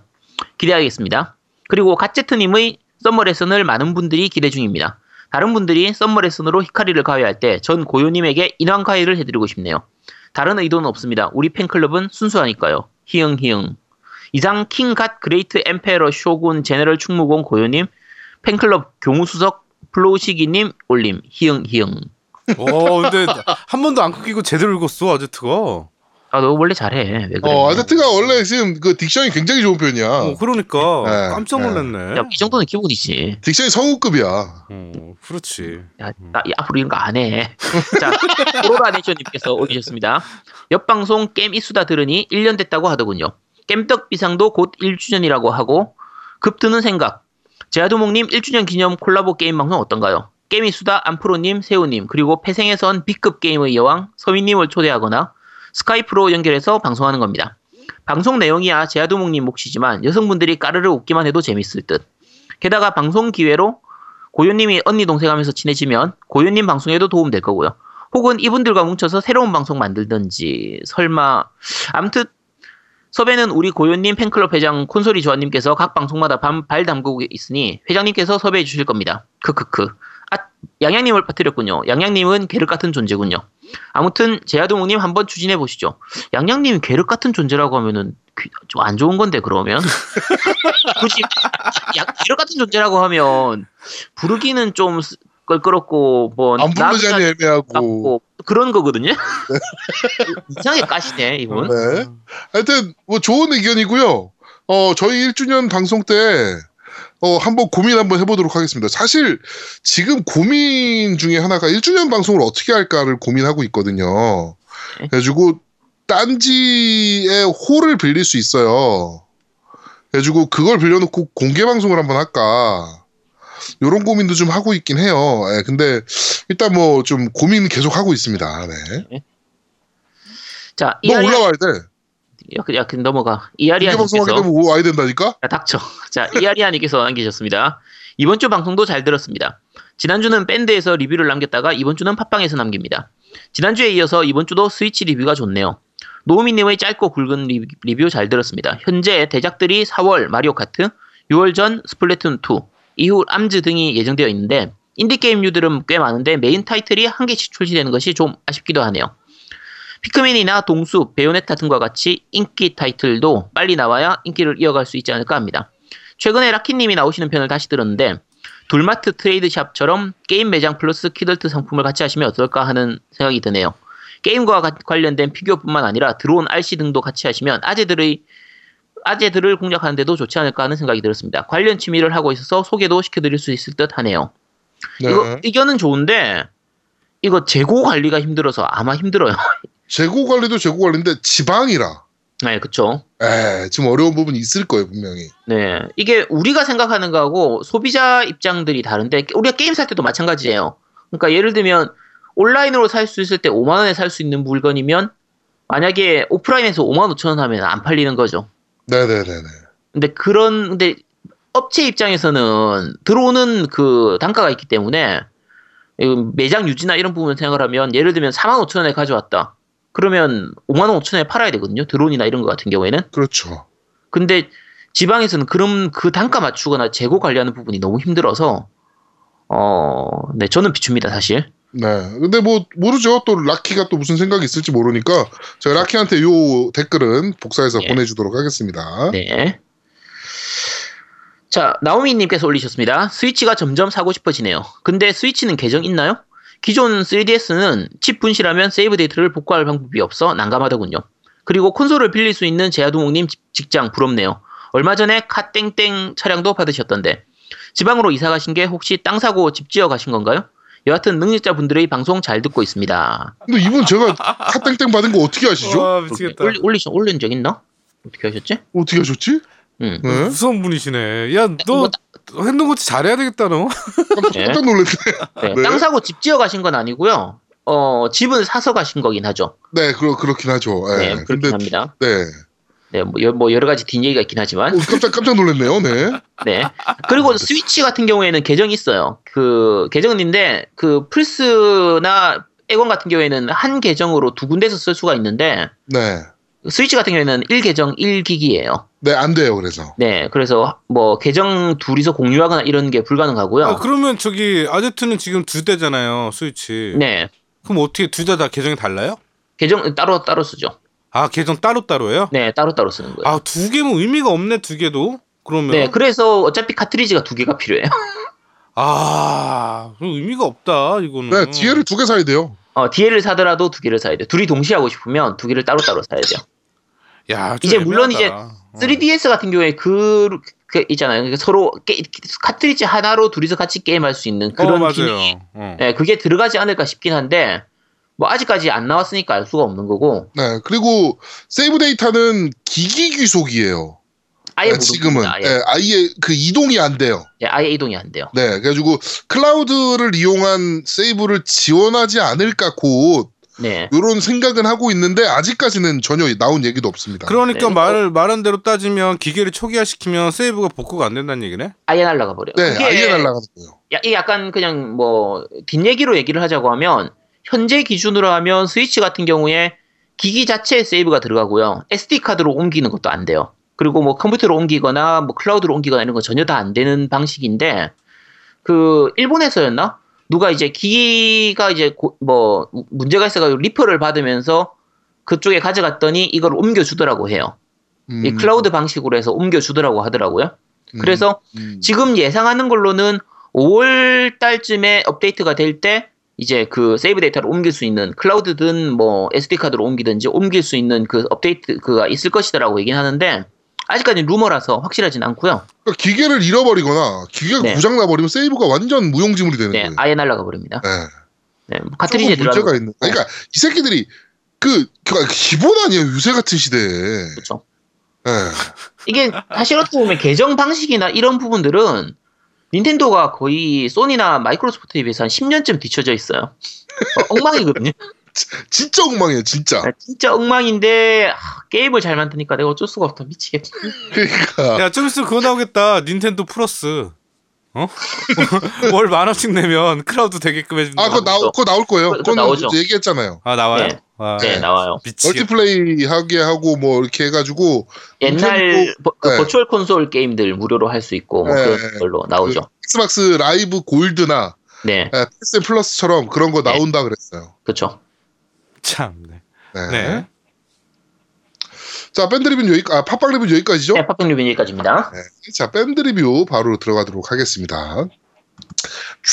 기대하겠습니다. 그리고 갓제트님의 썸머 레슨을 많은 분들이 기대 중입니다. 다른 분들이 썸머 레슨으로 히카리를 가외할 때 전 고요님에게 인왕 가위를 해드리고 싶네요. 다른 의도는 없습니다. 우리 팬클럽은 순수하니까요. 히응 히응. 이상 킹갓 그레이트 엠페러 쇼군 제네럴 충무공 고요님 팬클럽 교무수석 플로우시기님 올림 히응 히응. 어, 근데 한 번도 안 끊기고 제대로 읽었어, 아제트가. 아 너 원래 잘해. 왜 그래? 어, 아자트가 원래 지금 그 딕션이 굉장히 좋은 편이야. 어, 그러니까 네, 깜짝 네. 놀랐네. 야, 이 정도는 기본이지. 딕션이 성우급이야. 어, 그렇지. 야, 나 이- 앞으로 이런 거 안 해. 자, 코로라 네이션님께서 올리셨습니다. 옆방송 게임 이수다 들으니 1년 됐다고 하더군요. 겜떡 비상도 곧 1주년이라고 하고 급 드는 생각. 제아도목님 1주년 기념 콜라보 게임 방송 어떤가요? 게임 이수다 안프로님 세우님 그리고 패생에선 B급 게임의 여왕 서민님을 초대하거나 스카이프로 연결해서 방송하는 겁니다. 방송 내용이야 제아도목님 몫이지만 여성분들이 까르르 웃기만 해도 재밌을 듯. 게다가 방송 기회로 고유님이 언니 동생 하면서 친해지면 고유님 방송에도 도움될 거고요. 혹은 이분들과 뭉쳐서 새로운 방송 만들든지 설마 암튼 섭외는 우리 고유님 팬클럽 회장 콘솔이 조아님께서 각 방송마다 밤- 발 담그고 있으니 회장님께서 섭외해 주실 겁니다. 크크크. 아 양양님을 빠뜨렸군요. 양양님은 계륵 같은 존재군요. 아무튼 제야동우님 한번 추진해 보시죠. 양양님 계륵 같은 존재라고 하면은 좀 안 좋은 건데 그러면 굳이 야- 계륵 같은 존재라고 하면 부르기는 좀 쓰- 껄끄럽고 뭐 안 부르자니 애매하고. 같고 그런 거거든요. 이상하게 까시네 이분. 네. 하여튼 뭐 좋은 의견이고요. 어, 저희 1주년 방송 때 어, 한번 고민 한번 해보도록 하겠습니다. 사실 지금 고민 중에 하나가 1주년 방송을 어떻게 할까를 고민하고 있거든요. 네. 그래가지고 딴지에 홀을 빌릴 수 있어요. 그래가지고 그걸 빌려놓고 공개 방송을 한번 할까. 요런 고민도 좀 하고 있긴 해요. 예, 근데 일단 뭐 좀 고민 계속 하고 있습니다. 네. 자 뭐 이아리아 올라와야 돼. 야, 야, 그냥 넘어가 공개 방송하게 이아리아님께서 되면 오 와야 된다니까? 야, 닥쳐. 자 이아리아님께서 남기셨습니다. 이번 주 방송도 잘 들었습니다. 지난주는 밴드에서 리뷰를 남겼다가 이번 주는 팟빵에서 남깁니다. 지난주에 이어서 이번 주도 스위치 리뷰가 좋네요. 노우미님의 짧고 굵은 리- 리뷰 잘 들었습니다. 현재 대작들이 4월 마리오 카트, 6월 전 스플래툰 2, 이후 암즈 등이 예정되어 있는데 인디게임 류들은 꽤 많은데 메인 타이틀이 한 개씩 출시되는 것이 좀 아쉽기도 하네요. 피크민이나 동수, 베요네타 등과 같이 인기 타이틀도 빨리 나와야 인기를 이어갈 수 있지 않을까 합니다. 최근에 라키님이 나오시는 편을 다시 들었는데 둘마트 트레이드샵처럼 게임 매장 플러스 키덜트 상품을 같이 하시면 어떨까 하는 생각이 드네요. 게임과 가- 관련된 피규어뿐만 아니라 드론 RC 등도 같이 하시면 아재들의 아재들을 공략하는데도 좋지 않을까 하는 생각이 들었습니다. 관련 취미를 하고 있어서 소개도 시켜드릴 수 있을 듯 하네요. 네. 이거 의견은 좋은데 이거 재고 관리가 힘들어서 아마 힘들어요. 재고 관리도 재고 관리인데 지방이라. 네, 그쵸. 에, 지금 어려운 부분이 있을 거예요, 분명히. 네. 이게 우리가 생각하는 거하고 소비자 입장들이 다른데, 우리가 게임 살 때도 마찬가지예요. 그러니까 예를 들면, 온라인으로 살 수 있을 때 5만원에 살 수 있는 물건이면, 만약에 오프라인에서 5만 5천원 하면 안 팔리는 거죠. 네네네네. 근데 그런, 근데 업체 입장에서는 들어오는 그 단가가 있기 때문에, 이 매장 유지나 이런 부분을 생각을 하면, 예를 들면 4만 5천원에 가져왔다. 그러면 5만 5천원에 팔아야 되거든요. 드론이나 이런 거 같은 경우에는. 그렇죠. 근데 지방에서는 그럼 그 단가 맞추거나 재고 관리하는 부분이 너무 힘들어서 어, 네, 저는 비춥니다, 사실. 네. 근데 뭐, 모르죠. 또 라키가 또 무슨 생각이 있을지 모르니까 제가 라키한테 요 댓글은 복사해서 예. 보내주도록 하겠습니다. 네. 자, 나오미님께서 올리셨습니다. 스위치가 점점 사고 싶어지네요. 근데 스위치는 계정 있나요? 기존 3DS는 칩 분실하면 세이브 데이터를 복구할 방법이 없어 난감하더군요. 그리고 콘솔을 빌릴 수 있는 제아두목님 직- 직장 부럽네요. 얼마 전에 카땡땡 차량도 받으셨던데 지방으로 이사 가신 게 혹시 땅 사고 집 지어 가신 건가요? 여하튼 능력자분들의 방송 잘 듣고 있습니다. 근데 이분 제가 카땡땡 받은 거 어떻게 아시죠? 와, 미치겠다. 올리, 올리셔, 올린 적 있나? 어떻게 하셨지? 어떻게 아셨지? 응. 네. 무서운 분이시네. 야, 너 행동고치 잘해야 되겠다, 너. 네. 깜짝 놀랐네. 네, 네. 땅 사고 집 지어 가신 건 아니고요. 어, 집은 사서 가신 거긴 하죠. 네, 그러, 그렇긴 하죠. 예. 네, 그렇긴 근데, 합니다. 네. 네, 뭐, 여, 뭐 여러 가지 뒷얘기가 있긴 어, 하지만. 깜짝, 깜짝 놀랐네요. 네. 네. 그리고 스위치 같은 경우에는 계정이 있어요. 그 계정인데 그 플스나 에건 같은 경우에는 한 계정으로 두 군데서 쓸 수가 있는데 네. 스위치 같은 경우에는 1계정 1기기예요. 네, 안 돼요. 그래서. 네, 그래서 뭐 계정 둘이서 공유하거나 이런 게 불가능하고요. 아, 그러면 저기 아제트는 지금 두 대잖아요 스위치. 네, 그럼 어떻게 두 대 다 계정이 달라요? 계정 따로 따로 쓰죠. 아 계정 따로 따로예요? 네, 따로 따로 쓰는 거예요. 아두 개면 의미가 없네 두 개도. 그러면 네, 그래서 어차피 카트리지가 두 개가 필요해요. 아 그럼 의미가 없다 이거는. 음. 네, 뒤에를 두 개 사야 돼요. 어, DL을 사더라도 두 개를 사야 돼요. 둘이 동시에 하고 싶으면 두 개를 따로따로 사야 돼요. 야, 좀 이제 물론 이제 애매하다. 어. 3DS 같은 경우에 그, 그 있잖아요. 그러니까 서로 게, 카트리지 하나로 둘이서 같이 게임할 수 있는 어, 그런 맞아요. 기능이 어. 예, 그게 들어가지 않을까 싶긴 한데 뭐 아직까지 안 나왔으니까 알 수가 없는 거고 네, 그리고 세이브 데이터는 기기 귀속이에요. 아예 네, 못 지금은 옵니다. 아예. 아예, 아예 그 이동이 안 돼요. 예, 아예 이동이 안 돼요. 네, 그래가지고 클라우드를 이용한 세이브를 지원하지 않을까 곧 네. 이런 생각은 하고 있는데 아직까지는 전혀 나온 얘기도 없습니다. 그러니까 네. 말 말한 대로 따지면 기계를 초기화시키면 세이브가 복구가 안 된다는 얘기네. 아예 날라가 버려요. 네, 그게 아예 날라가는 거예요. 야, 이게 약간 그냥 뭐 뒷얘기로 얘기를 하자고 하면 현재 기준으로 하면 스위치 같은 경우에 기기 자체에 세이브가 들어가고요. SD 카드로 옮기는 것도 안 돼요. 그리고 뭐 컴퓨터로 옮기거나 뭐 클라우드로 옮기거나 이런 건 전혀 다 안 되는 방식인데 그 일본에서였나? 누가 이제 기기가 이제 고- 뭐 문제가 있어가지고 리퍼를 받으면서 그쪽에 가져갔더니 이걸 옮겨주더라고 해요. 음, 이 클라우드 방식으로 해서 옮겨주더라고 하더라고요. 음, 그래서 음. 지금 예상하는 걸로는 5월 달쯤에 업데이트가 될 때 이제 그 세이브 데이터를 옮길 수 있는 클라우드든 뭐 SD 카드로 옮기든지 옮길 수 있는 그 업데이트 그가 있을 것이다라고 얘기는 하는데 아직까지는 루머라서 확실하진 않고요. 그러니까 기계를 잃어버리거나 기계가 네. 고장 나버리면 세이브가 완전 무용지물이 되는 네, 거예요. 아예 날라가 버립니다. 음. 네. 네, 뭐 조금 카트리지에 들어가는 문제가 있는. 그러니까 이 새끼들이 그 그- 기본 아니에요 유세 같은 시대에. 거죠. 네. 이게 사실 어떻게 보면 계정 방식이나 이런 부분들은 닌텐도가 거의 소니나 마이크로소프트에 비해서 한 10년쯤 뒤쳐져 있어요. 어, 엉망이거든요. 진짜 엉망이에요 진짜. 아, 진짜 엉망인데 아, 게임을 잘 만드니까 내가 어쩔 수가 없다 미치겠다. 그러니까 야, 좀 있으면 그거 나오겠다. 닌텐도 플러스. 어? 월 만 원씩 내면 클라우드 되게끔 해준다. 아 그거 나 그거 나올 거예요. 그거 그거는 나오죠. 이제 얘기했잖아요. 아, 나와요? 네. 아, 네 나와요. 미치겠다. 멀티플레이 하게 하고 뭐 이렇게 해가지고 옛날 닌텐도- 버, 그 네. 버추얼 콘솔 게임들 무료로 할 수 있고 뭐 네. 그런 걸로 나오죠. 엑스박스 라이브 골드나 네, 에, 패스 플러스처럼 그런 거 네. 나온다 그랬어요. 그렇죠. 참. 네. 네. 네. 자 밴드 리뷰 여기 아 팝빵 리뷰 여기까지죠. 네, 팝빵 뉴빈 여기까지입니다. 자, 밴드 리뷰 바로 들어가도록 하겠습니다.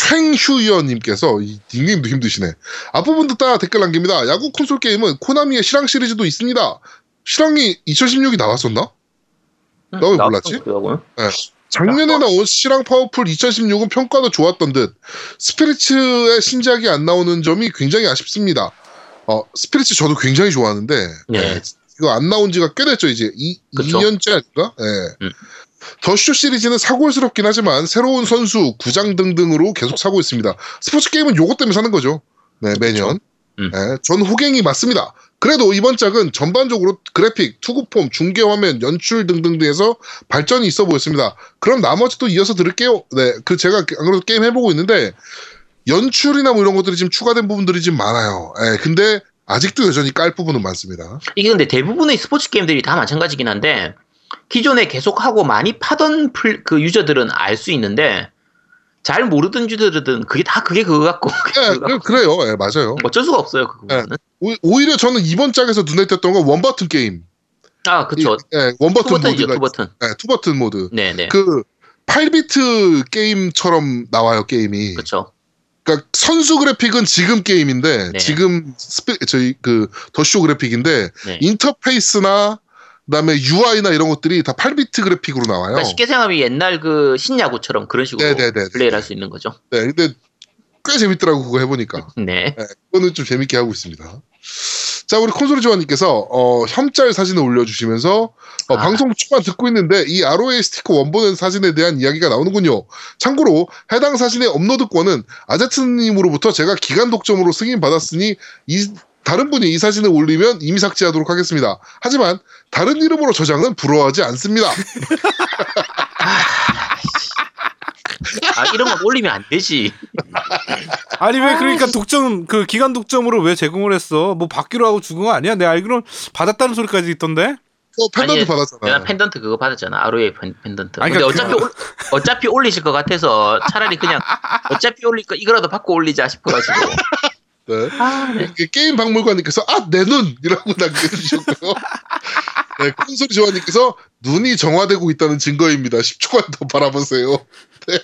챙휴이어님께서 이 닉네임도 힘드시네. 앞부분 듣다 댓글 남깁니다. 야구 콘솔 게임은 코나미의 실황 시리즈도 있습니다. 실황이 2016이 나왔었나? 나왜 몰랐지? 음, 그거고요. 작년에 나온 실황 파워풀 2016은 평가도 좋았던 듯 스피리츠의 신작이 안 나오는 점이 굉장히 아쉽습니다. 어, 스피리츠 저도 굉장히 좋아하는데 네. 예, 이거 안 나온 지가 꽤 됐죠 이제 이, 그쵸. 2년째 아닌가? 예. 음. 더쇼 시리즈는 사골스럽긴 하지만 새로운 선수, 구장 등등으로 계속 사고 있습니다. 스포츠 게임은 요것 때문에 사는 거죠. 네, 매년. 음. 예, 전 호갱이 맞습니다. 그래도 이번 작은 전반적으로 그래픽, 투구폼, 중계화면, 연출 등등등에서 발전이 있어 보였습니다. 그럼 나머지도 이어서 들을게요. 네, 그 제가 안 그래도 게임 해보고 있는데 연출이나 뭐 이런 것들이 지금 추가된 부분들이 지금 많아요. 예, 근데 아직도 여전히 깔 부분은 많습니다. 이게 근데 대부분의 스포츠 게임들이 다 마찬가지긴 한데 기존에 계속하고 많이 파던 플, 그 유저들은 알 수 있는데 잘 모르던 유저들은 그게 다 그게 그거 같고 그게 예, 그거 그, 같고. 그래요. 예, 맞아요. 어쩔 수가 없어요 그 네. 부분은. 오- 오히려 저는 이번 짝에서 눈에 띄었던 건 원버튼 게임. 아 그렇죠. 이- 예, 원버튼 투버튼이죠 모드가. 투버튼. 예, 투버튼 모드. 네네. 그, 그 8비트 게임처럼 나와요 게임이. 렇죠 그러니까 선수 그래픽은 지금 게임인데 네. 지금 스피, 저희 그 더쇼 그래픽인데 네. 인터페이스나 그다음에 UI나 이런 것들이 다 8비트 그래픽으로 나와요. 그러니까 쉽게 생각하면 옛날 그 신야구처럼 그런 식으로 네네네. 플레이를 할 수 있는 거죠. 네, 근데 꽤 재밌더라고 그거 해보니까. 네. 이거는 좀 재밌게 하고 있습니다. 자, 우리 콘솔이 조아님께서 어, 혐짤 사진을 올려주시면서 어, 아. 방송 초반 듣고 있는데 이 ROA 스티커 원본은 사진에 대한 이야기가 나오는군요. 참고로 해당 사진의 업로드권은 아제트님으로부터 제가 기간 독점으로 승인 받았으니 이- 다른 분이 이 사진을 올리면 이미 삭제하도록 하겠습니다. 하지만 다른 이름으로 저장은 부러워하지 않습니다. 아, 이런 건 올리면 안 되지. 아니 왜 그러니까 독점 그 기간 독점으로 왜 제공을 했어? 뭐 받기로 하고 주은 거 아니야? 내가 알기로는 받았다는 소리까지 있던데. 어, 팬던트 아니, 내가 받았잖아. 팬던트 그거 받았잖아. 아로에 팬던트. 아니, 근데 그러니까 어차피 올, 어차피 올리실 것 같아서 차라리 그냥 어차피 올릴 거 이거라도 받고 올리자 싶어가지고. 네. 아, 네. 이게 게임 박물관님께서 아 내 눈 이라고 남겨주셨고요. 네, 콘솔 조아님께서 눈이 정화되고 있다는 증거입니다. 10초간 더 바라보세요. 네.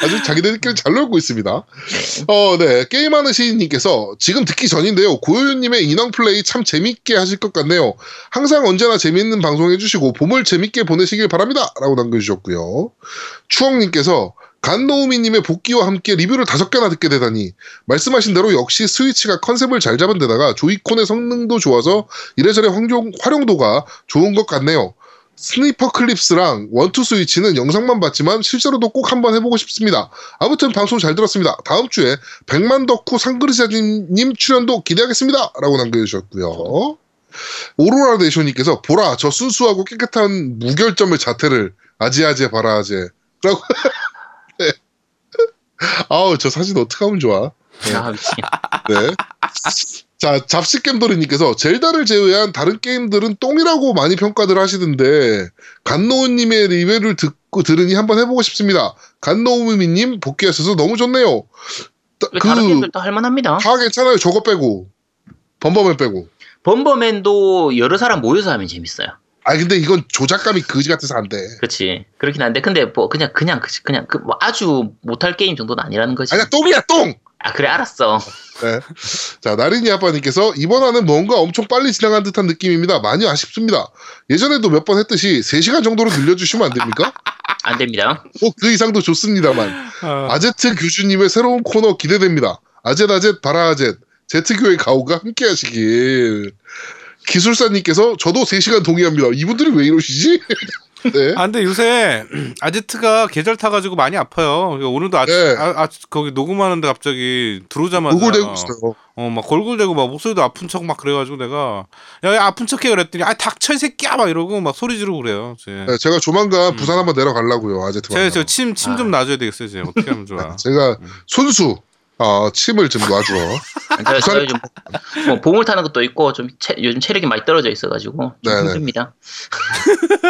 아주 음. 자기들끼리 잘 놀고 있습니다. 어, 네. 게임하는 시인님께서 지금 듣기 전인데요. 고효유님의 인왕 플레이 참 재밌게 하실 것 같네요. 항상 언제나 재밌는 방송 해주시고 봄을 재밌게 보내시길 바랍니다. 라고 남겨주셨고요. 추억님께서 간노우미님의 복귀와 함께 리뷰를 다섯 개나 듣게 되다니 말씀하신 대로 역시 스위치가 컨셉을 잘 잡은 데다가 조이콘의 성능도 좋아서 이래저래 활용, 활용도가 좋은 것 같네요. 스니퍼 클립스랑 원투 스위치는 영상만 봤지만 실제로도 꼭 한번 해보고 싶습니다. 아무튼 방송 잘 들었습니다. 다음 주에 백만 덕후 상그리자님 출연도 기대하겠습니다. 라고 남겨주셨고요. 오로라 네이션님께서 보라 저 순수하고 깨끗한 무결점의 자태를 아지아지에 바라아제 라고 네. 아우 저 사진 어떻게 하면 좋아 아, 미친. 네. 자, 잡식겜돌이님께서 젤다를 제외한 다른 게임들은 똥이라고 많이 평가들 하시던데 간노우님의 리뷰를 듣고 들으니 한번 해보고 싶습니다. 간노우미님 복귀하셔서 너무 좋네요. 따- 왜 다른 그 게임들 다 할만합니다. 다 괜찮아요. 저거 빼고 범범을 빼고. 범버맨도 여러 사람 모여서 하면 재밌어요. 아 근데 이건 조작감이 그지 같아서 안 돼. 그렇지. 그렇긴 한데 근데 뭐 그냥 그냥 그- 그냥 그뭐 아주 못할 게임 정도는 아니라는 거지. 아니야 똥이야 똥. 아 그래 알았어. 네. 자, 나린이 아빠님께서 이번 화는 뭔가 엄청 빨리 지나간 듯한 느낌입니다. 많이 아쉽습니다. 예전에도 몇 번 했듯이 3시간 정도로 늘려주시면 안 됩니까? 안 됩니다. 뭐 그 이상도 좋습니다만 어. 아제트 교주님의 새로운 코너 기대됩니다. 아젯아젯 바라아젯 제트교의 가오가 함께 하시길 기술사님께서 저도 3시간 동의합니다. 이분들이 왜 이러시지? 네. 아 근데 요새 아제트가 계절 타가지고 많이 아파요. 그러니까 오늘도 아, 네. 아, 아, 거기 녹음하는데 갑자기 들어오자마자 노골대고 있어요. 어 막 골골대고 막 목소리도 아픈 척 막 그래가지고 내가 야, 야 아픈 척해 그랬더니 아 닥쳐 이 새끼야 막 이러고 막 소리 지르고 그래요. 제 네, 제가 조만간 부산 한번 내려가려고요. 아제트 제가 만나러. 저침 침 좀 놔줘야 되겠어요. 제 어떻게 하면 좋아? 제가 손수 어, 침을 좀 놔줘. 아, 그러니까. 제가 제가 요즘 뭐 봉을 타는 것도 있고 좀 체- 요즘 체력이 많이 떨어져 있어가지고 좀 네네. 힘듭니다.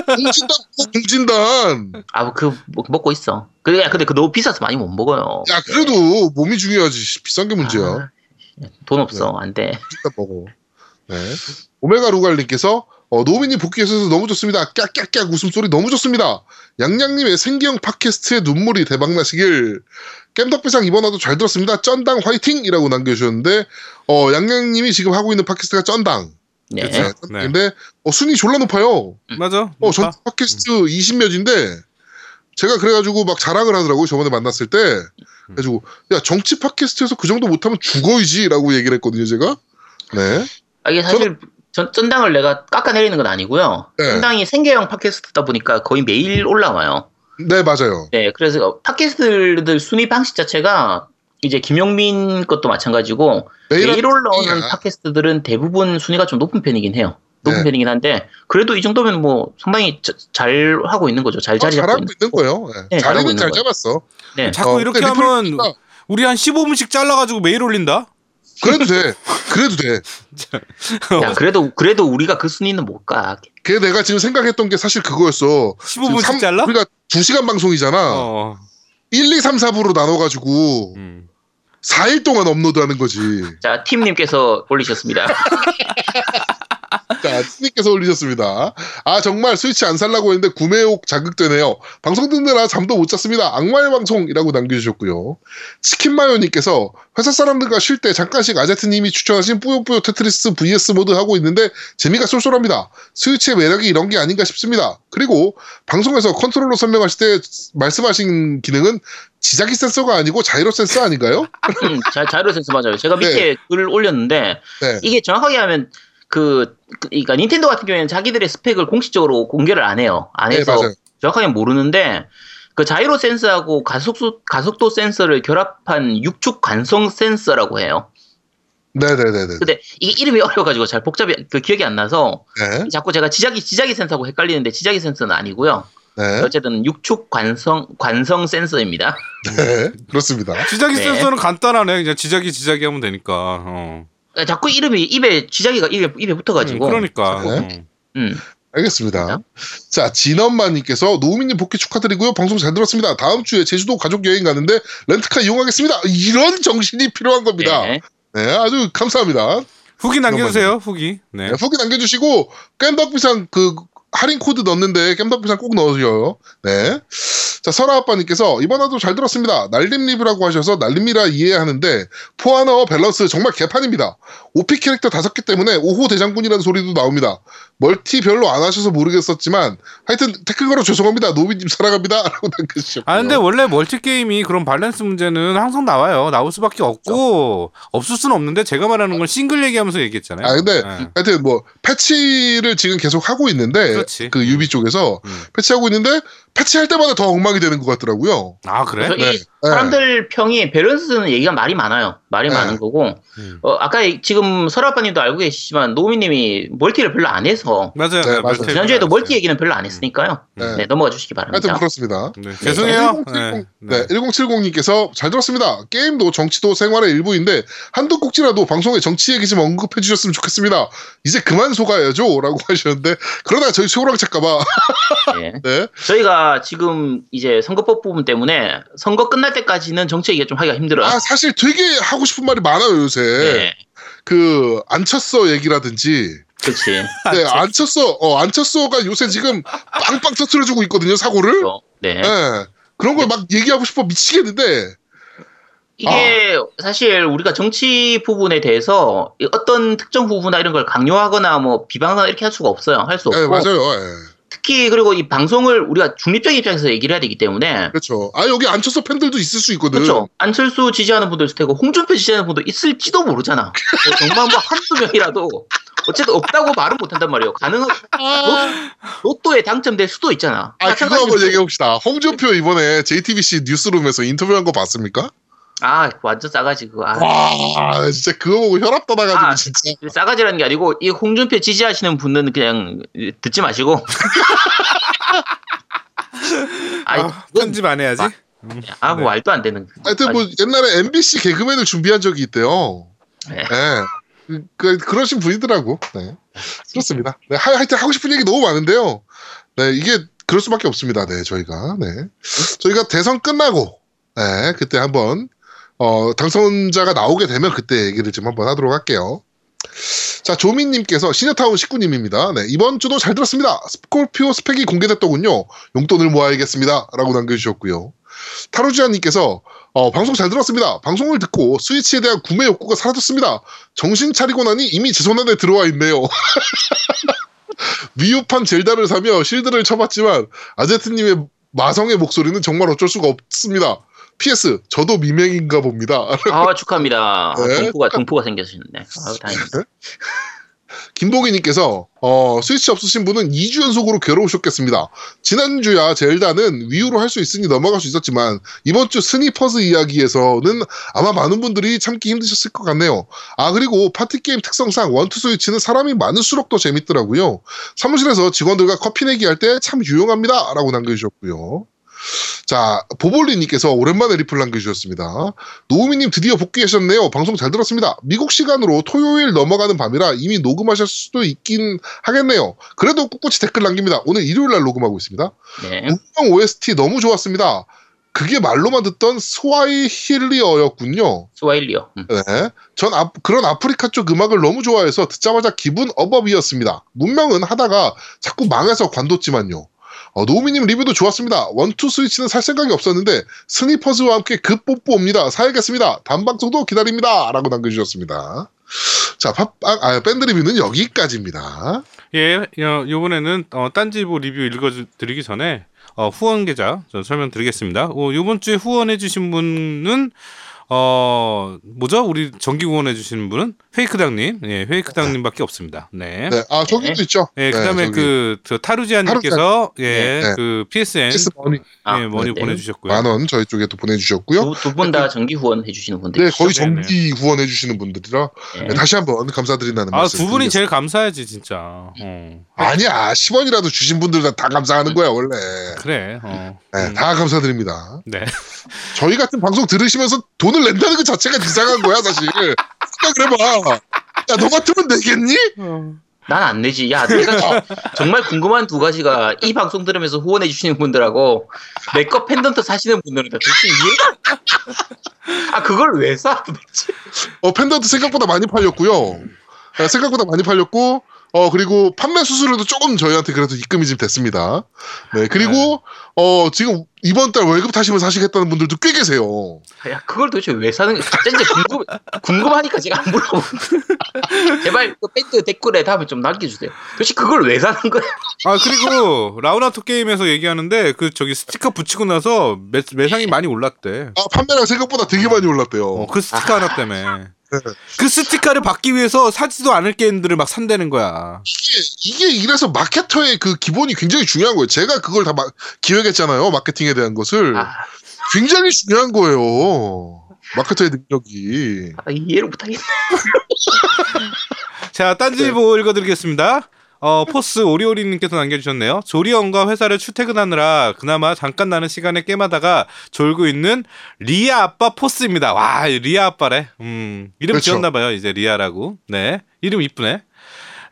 공진단, 공진단. 아그 뭐 먹고 있어. 그래 야, 근데 그 너무 비싸서 많이 못 먹어요. 야 그래도 몸이 중요하지 비싼 게 문제야 아, 돈 네. 없어 안 돼. 일단 먹어 네. 오메가 루갈님께서 어, 노민이 복귀해서 너무 좋습니다 깍깍깍 웃음소리 너무 좋습니다 양양님의 생기형 팟캐스트의 눈물이 대박나시길 겜덕비상 이번 화도 잘 들었습니다 쩐당 화이팅 이라고 남겨주셨는데 어, 양양님이 지금 하고 있는 팟캐스트가 쩐당 네. 그렇죠. 그쵸. 네. 근데 어, 순위 졸라 높아요 맞아. 어, 전 아, 팟캐스트 20몇인데 제가 그래가지고 막 자랑을 하더라고요. 저번에 만났을 때. 그래가지고 야 정치 팟캐스트에서 그 정도 못하면 죽어이지라고 얘기를 했거든요. 제가. 네. 아, 이게 사실 전, 전당을 내가 깎아내리는 건 아니고요. 네. 음. 전당이 생계형 팟캐스트다 보니까 거의 매일 올라와요. 네 맞아요. 네, 그래서 팟캐스트들 순위 방식 자체가 이제 김용민 것도 마찬가지고 매일 네, 매일 올라오는 순위야. 팟캐스트들은 대부분 순위가 좀 높은 편이긴 해요. 높은 아. 네. 편이긴 한데 그래도 이 정도면 뭐 상당히 자- 잘 하고 있는 거죠. 잘 어, 자리 잡고 잘하고 있는. 있는 거예요. 네. 네, 잘하고 자리는 있는 잘 거예요. 잡았어. 네. 자꾸 어, 이렇게 근데 하면 리플레이가 우리 한 15분씩 잘라가지고 매일 올린다. 그래도 돼. 그래도 돼. 야, 그래도 그래도 우리가 그 순위는 못 가. 그 내가 지금 생각했던 게 사실 그거였어. 15분씩 지금 삼- 잘라? 우리가 2시간 방송이잖아. 어. 1, 2, 3, 4부로 나눠가지고 음. 4일 동안 업로드하는 거지. 자, 팀님께서 올리셨습니다. 자, 스님께서 올리셨습니다. 아, 정말 스위치 안 살라고 했는데 구매욕 자극되네요. 방송 듣느라 잠도 못 잤습니다. 악마의 방송이라고 남겨주셨고요. 치킨마요님께서 회사 사람들과 쉴 때 잠깐씩 아제트님이 추천하신 뿌요뿌요 테트리스 vs 모드 하고 있는데 재미가 쏠쏠합니다. 스위치의 매력이 이런 게 아닌가 싶습니다. 그리고 방송에서 컨트롤러 설명하실 때 말씀하신 기능은 지자기 센서가 아니고 자이로 센서 아닌가요? 음, 자, 자료 센스 맞아요. 제가 네. 밑에 글을 올렸는데 네. 이게 정확하게 하면 그 그- 그러니까 닌텐도 같은 경우에는 자기들의 스펙을 공식적으로 공개를 안 해요. 안 네, 해서 맞아요. 정확하게 모르는데 그 자이로 센서하고 가속도 가속도 센서를 결합한 육축 관성 센서라고 해요. 네네네네. 근데 이게 이름이 어려가지고 잘 복잡히 그 기억이 안 나서 네. 자꾸 제가 지자기 지자기 센서하고 헷갈리는데 지자기 센서는 아니고요. 네. 어쨌든 육축 관성 관성 센서입니다. 네. 그렇습니다. 지자기 네. 센서는 간단하네. 그냥 지자기 지자기 하면 되니까. 어. 아, 자꾸 이름이 입에 지자기가 입에, 입에 붙어가지고. 음, 그러니까. 네. 음. 알겠습니다. 진짜? 자, 진엄마님께서 노우미님 복귀 축하드리고요. 방송 잘 들었습니다. 다음 주에 제주도 가족 여행 가는데 렌트카 이용하겠습니다. 이런 정신이 필요한 겁니다. 네. 네, 아주 감사합니다. 후기 남겨주세요. 후기. 네. 네, 후기 남겨주시고 깸덕비상 그 할인 코드 넣는데 깸덕비상 꼭 넣으세요. 네. 자 설아 아빠님께서 이번 화도 잘 들었습니다. 날림립이라고 하셔서 날림이라 이해하는데 포아너 밸런스 정말 개판입니다. 오피 캐릭터 다섯 개 때문에 5호 대장군이라는 소리도 나옵니다. 멀티 별로 안 하셔서 모르겠었지만 하여튼 태클 걸어 죄송합니다. 노비님 사랑합니다라고 남겨주셨고요. 아 근데 원래 멀티 게임이 그런 밸런스 문제는 항상 나와요. 나올 수밖에 없고 없을 수는 없는데 제가 말하는 건 싱글 얘기하면서 얘기했잖아요. 아, 근데 네. 하여튼 뭐 패치를 지금 계속 하고 있는데 그렇지. 그 유비 쪽에서 음. 패치하고 있는데 패치할 때마다 더 엉망이 되는 것 같더라고요. 아 그래? 그래서 네. 이 사람들 평이 밸런스는 얘기가 말이 많아요. 말이 네. 많은 거고. 음. 어, 아까 지금 설아빠님도 알고 계시지만 노미님이 멀티를 별로 안 해서 맞아요. 네, 맞아요. 멀티 지난주에도 얘기를 멀티 했어요. 얘기는 별로 안 했으니까요. 네. 네, 넘어가 주시기 하여튼 바랍니다. 그렇습니다. 음. 네. 죄송해요. 1070, 네. 네, 1070님께서 잘 들었습니다. 게임도 정치도 생활의 일부인데 한두 꼭지라도 방송에 정치 얘기 좀 언급해 주셨으면 좋겠습니다. 이제 그만 속아야죠. 라고 하셨는데 그러다 저희 최고랑 찰까봐 네. 네. 저희가 지금 이제 선거법 부분 때문에 선거 끝날 때까지는 정치 얘기가 좀 하기가 힘들어요. 아 사실 되게 하고 싶은 말이 많아요 요새 그렇죠. 네. 그 안 쳤어 얘기라든지 그렇지. 네, 안 쳤어 어안 쳤어가 요새 지금 빵빵 터트려주고 있거든요 사고를 또, 네. 네. 그런 걸 막 얘기하고 싶어 미치겠는데 이게 아. 사실 우리가 정치 부분에 대해서 이 어떤 특정 후보나 이런 걸 강요하거나 뭐 비방하거나 이렇게 할 수가 없어요. 할 수 없고. 네, 맞아요 네. 특히 그리고 이 방송을 우리가 중립적인 입장에서 얘기를 해야 되기 때문에 그렇죠 아 여기 안 쳤어 팬들도 있을 수 있거든 그렇죠. 안철수 지지하는 분도 있을 테고 홍준표 지지하는 분도 있을지도 모르잖아. 뭐 정말 뭐 한두 명이라도 어쨌든 없다고 말은 못한단 말이에요. 가능한 로또에 당첨될 수도 있잖아. 아, 그거 한번 얘기해봅시다. 홍준표 이번에 JTBC 뉴스룸에서 인터뷰한 거 봤습니까? 아 완전 싸가지 그거. 아. 와, 진짜 그거 보고 혈압 떠나가지고, 아, 진짜. 싸가지라는 게 아니고 이 홍준표 지지하시는 분은 그냥 듣지 마시고. 아이, 아, 그건 편집 안 해야지. 마- 아, 뭐 말도 안 되는. 네. 하여튼 뭐, 옛날에 MBC 개그맨을 준비한 적이 있대요. 네. 네. 그, 그, 그러신 분이더라고. 네. 그렇습니다. 네, 하, 하여튼 하고 싶은 얘기 너무 많은데요. 네, 이게 그럴 수밖에 없습니다. 네, 저희가. 네. 저희가 대선 끝나고, 네, 그때 한번, 어, 당선자가 나오게 되면 그때 얘기를 좀 한번 하도록 할게요. 자, 조민님께서 시네타운 식구님입니다. 네, 이번 주도 잘 들었습니다. 스콜피오 스펙이 공개됐더군요. 용돈을 모아야겠습니다. 라고 남겨주셨고요. 타로지아님께서 어, 방송 잘 들었습니다. 방송을 듣고 스위치에 대한 구매 욕구가 사라졌습니다. 정신 차리고 나니 이미 제 손 안에 들어와 있네요. 미흡한 젤다를 사며 실드를 쳐봤지만 아제트님의 마성의 목소리는 정말 어쩔 수가 없습니다. PS 저도 미맹인가 봅니다. 아 축하합니다. 네. 아, 동포가 동포가 생겼으셨네. 아 다행이다. 김보기님께서 어, 스위치 없으신 분은 2주 연속으로 괴로우셨겠습니다. 지난주야 젤다는 위유로 할 수 있으니 넘어갈 수 있었지만 이번 주 스니퍼즈 이야기에서는 아마 많은 분들이 참기 힘드셨을 것 같네요. 아 그리고 파티 게임 특성상 원투 스위치는 사람이 많을수록 더 재밌더라고요. 사무실에서 직원들과 커피 내기 할 때 참 유용합니다. 라고 남겨주셨고요. 자, 보볼리님께서 오랜만에 리플 남겨주셨습니다. 노우미님 드디어 복귀하셨네요. 방송 잘 들었습니다. 미국 시간으로 토요일 넘어가는 밤이라 이미 녹음하실 수도 있긴 하겠네요. 그래도 꿋꿋이 댓글 남깁니다. 오늘 일요일 날 녹음하고 있습니다. 네. 운명 OST 너무 좋았습니다. 그게 말로만 듣던 스와이 힐리어였군요. 스와일리요. 음. 네. 전 아- 그런 아프리카 쪽 음악을 너무 좋아해서 듣자마자 기분 업업이었습니다. 문명은 하다가 자꾸 망해서 관뒀지만요. 어, 노우미님 리뷰도 좋았습니다. 원투 스위치는 살 생각이 없었는데 스니퍼즈와 함께 급 뽀뽀 옵니다. 사야겠습니다. 단방송도 기다립니다. 라고 남겨주셨습니다. 자, 팝빵, 아, 밴드 리뷰는 여기까지입니다. 예, 어, 요번에는 어, 딴지보 리뷰 읽어드리기 전에 어, 후원 계좌 저 설명드리겠습니다. 어, 요번 주에 후원해주신 분은 어 뭐죠? 우리 정기 후원해 주시는 분은 페이크당님, 예, 페이크당님밖에 없습니다. 네. 네, 아 저기도 네. 있죠. 예, 그다음에 저기 그저 타루지아님께서 예, 네. 그 PSN 키스 머니 아, 예, 머니 네. 보내주셨고요. 만원 저희 쪽에 또 보내주셨고요. 두 분 다 정기 후원 해주시는 분들. 네, 거의 어, 네, 네. 정기 후원해주시는 분들이라 네. 네, 다시 한번 감사드린다는 아, 말씀. 두 분이 드리겠습니다. 제일 감사하지 진짜. 어. 아니야, 10원이라도 주신 분들 다, 다 감사하는 거야 원래. 그래. 어. 네, 음, 다 감사드립니다. 네. 저희 같은 방송 들으시면서 돈을 낸다는 것 자체가 이상한 거야 사실. 생각을 해봐. 야, 너 같으면 내겠니? 난 안 내지. 야, 내가 정말 궁금한 두 가지가 이 방송 들으면서 후원해 주시는 분들하고 내 거 팬던트 사시는 분들은 다 도대체 이해가 안 가. 아, 그걸 왜 사? 도대체. 어, 팬더도 생각보다 많이 팔렸고요. 아, 생각보다 많이 팔렸고, 어, 그리고 판매 수수료도 조금 저희한테 그래도 입금이 좀 됐습니다. 네, 그리고, 어, 지금 이번 달 월급 타시면 사시겠다는 분들도 꽤 계세요. 야, 그걸 도대체 왜 사는 거야? 진짜 이제 궁금, 궁금하니까 제가 안 물어보는데. 제발 그 밴드 댓글에 답을 좀 남겨주세요. 도대체 그걸 왜 사는 거야? 아 그리고 라우나토 게임에서 얘기하는데 그 저기 스티커 붙이고 나서 매, 매상이 많이 올랐대. 아, 판매량 생각보다 되게 많이 올랐대요. 어, 그 스티커 하나 때문에. 그 스티커를 받기 위해서 사지도 않을 게임들을 막 산다는 거야. 이게, 이게 이래서 마케터의 그 기본이 굉장히 중요한 거예요. 제가 그걸 다 마- 기획했잖아요. 마케팅에 대한 것을. 아, 굉장히 중요한 거예요. 마케터의 능력이. 아, 이해를 못하겠네. 자, 네. 딴지일보 읽어드리겠습니다. 어, 포스 오리오리님께서 남겨주셨네요. 조리원과 회사를 출퇴근하느라 그나마 잠깐 나는 시간에 게임하다가 졸고 있는 리아 아빠 포스입니다. 와, 리아 아빠래. 음, 이름 그렇죠. 지었나봐요. 이제 리아라고. 네. 이름 이쁘네.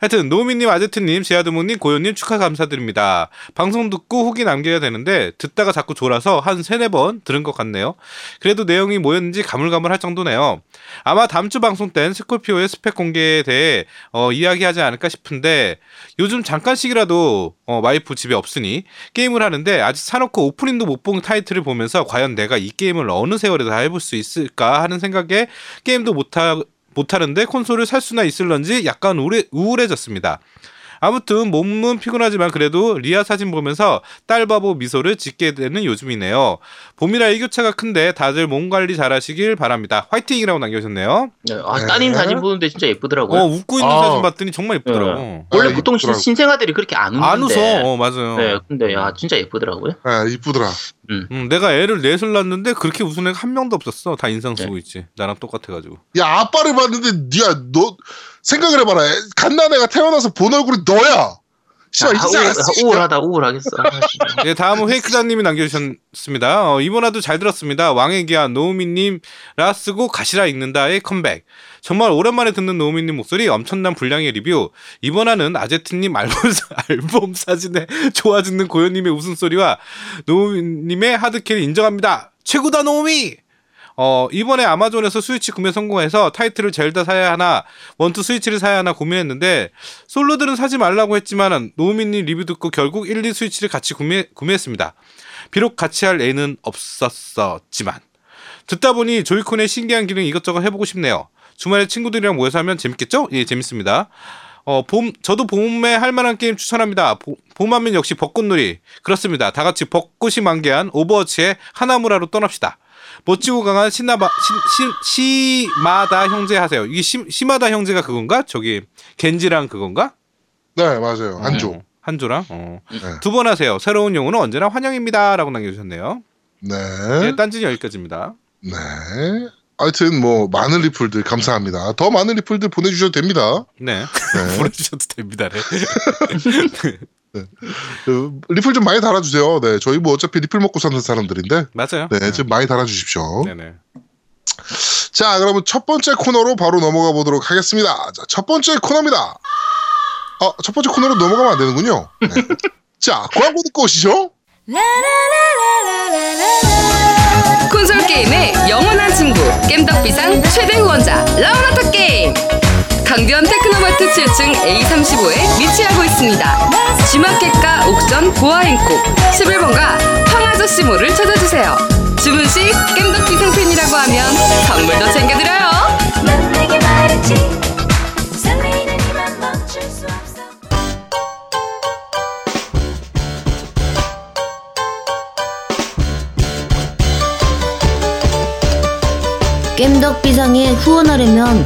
하여튼 노미님, 아제트님, 제아드모님, 고요님 축하 감사드립니다. 방송 듣고 후기 남겨야 되는데 듣다가 자꾸 졸아서 한 세네 번 들은 것 같네요. 그래도 내용이 뭐였는지 가물가물할 정도네요. 아마 다음 주 방송 땐 스콜피오의 스펙 공개에 대해 어, 이야기하지 않을까 싶은데 요즘 잠깐씩이라도 어, 와이프 집에 없으니 게임을 하는데 아직 사놓고 오프닝도 못 본 타이틀을 보면서 과연 내가 이 게임을 어느 세월에 다 해볼 수 있을까 하는 생각에 게임도 못하 못하는데 콘솔을 살 수나 있을런지 약간 우울해, 우울해졌습니다. 아무튼 몸은 피곤하지만 그래도 리아 사진 보면서 딸바보 미소를 짓게 되는 요즘이네요. 봄이라 일교차가 큰데 다들 몸 관리 잘하시길 바랍니다. 화이팅이라고 남겨주셨네요. 아, 따님 사진 보는데 진짜 예쁘더라고요. 어 웃고 있는 아. 사진 봤더니 정말 예쁘더라고. 원래 아, 보통 신, 이쁘더라고. 신생아들이 그렇게 안 웃는데. 안 웃어. 어 맞아요. 네, 근데 야, 진짜 예쁘더라고요. 아, 이쁘더라. 음, 내가 애를 넷을 낳았는데 그렇게 웃은 애가 한 명도 없었어. 다 인상 네. 쓰고 있지. 나랑 똑같아가지고. 야, 아빠를 봤는데, 니가, 너, 생각을 해봐라. 애- 갓난 애가 태어나서 본 얼굴이 너야! 아, 씨발, 이제 우울, 알았어. 아, 우울하다, 우울하겠어. 아, 진짜. 네, 다음은 헤이크다님이 남겨주셨습니다. 어, 이번화도 잘 들었습니다. 왕의 기한 노우미님 라스고 가시라 읽는다의 컴백. 정말 오랜만에 듣는 노우미님 목소리 엄청난 분량의 리뷰. 이번화는 아제트님 앨범, 사- 앨범 사진에 좋아지는 고현님의 웃음소리와 노우미님의 하드캐리 인정합니다. 최고다 노우미! 어, 이번에 아마존에서 스위치 구매 성공해서 타이틀을 젤다 사야 하나, 원투 스위치를 사야 하나 고민했는데, 솔로들은 사지 말라고 했지만, 노우민님 리뷰 듣고 결국 1, 2 스위치를 같이 구매, 구매했습니다. 비록 같이 할 애는 없었었지만. 듣다 보니 조이콘의 신기한 기능 이것저것 해보고 싶네요. 주말에 친구들이랑 모여서 하면 재밌겠죠? 예, 재밌습니다. 어, 봄, 저도 봄에 할 만한 게임 추천합니다. 보- 봄하면 역시 벚꽃놀이. 그렇습니다. 다 같이 벚꽃이 만개한 오버워치의 하나무라로 떠납시다. 멋지고 강한 신나바, 신, 시, 시마다 형제 하세요. 이게 시, 시마다 형제가 그건가? 저기, 겐지랑 그건가? 네, 맞아요. 어, 한조. 어. 네. 한조랑? 두 번 하세요. 새로운 용어는 언제나 환영입니다. 라고 남겨주셨네요. 네. 네, 딴지는 여기까지입니다. 네. 하여튼, 뭐, 많은 리플들 감사합니다. 더 많은 리플들 보내주셔도 됩니다. 네. 네. 보내주셔도 됩니다. 네. 그, 리플 좀 많이 달아주세요. 네. 저희 뭐 어차피 리플 먹고 사는 사람들인데. 맞아요. 네, 좀 많이 달아주십시오. 네네. 자, 그러면 첫 번째 코너로 바로 넘어가 보도록 하겠습니다. 자, 첫 번째 코너입니다. 아, 첫 번째 코너로 넘어가면 안 되는군요. 네. 자, 광고 듣고 오시죠. 콘솔 게임의 영원한 친구 겜덕비상 최대 후원자 라운하터 게임 강변 테크노마트 7층 A35에 위치하고 있습니다 G마켓과 옥션 보아행콕 11번가 황아저씨몰을 찾아주세요 주문 시 겜덕비상 팬이라고 하면 선물도 챙겨드려요 넌 내게 말했지 설레이는 이만 멈출 수 없어 겜덕 비상에 후원하려면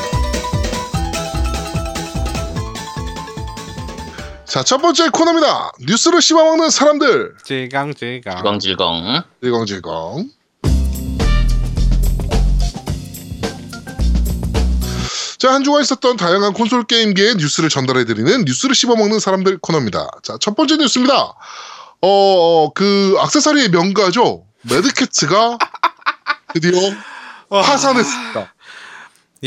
자, 첫 번째 코너입니다. 뉴스를 씹어먹는 사람들. 찌강 찌강. 질겅질겅. 일광질광. 자, 한 주간 있었던 다양한 콘솔 게임계의 뉴스를 전달해드리는 뉴스를 씹어먹는 사람들 코너입니다. 자, 첫 번째 뉴스입니다. 어, 그, 악세사리의 명가죠. 매드캣츠가 드디어 파산했습니다.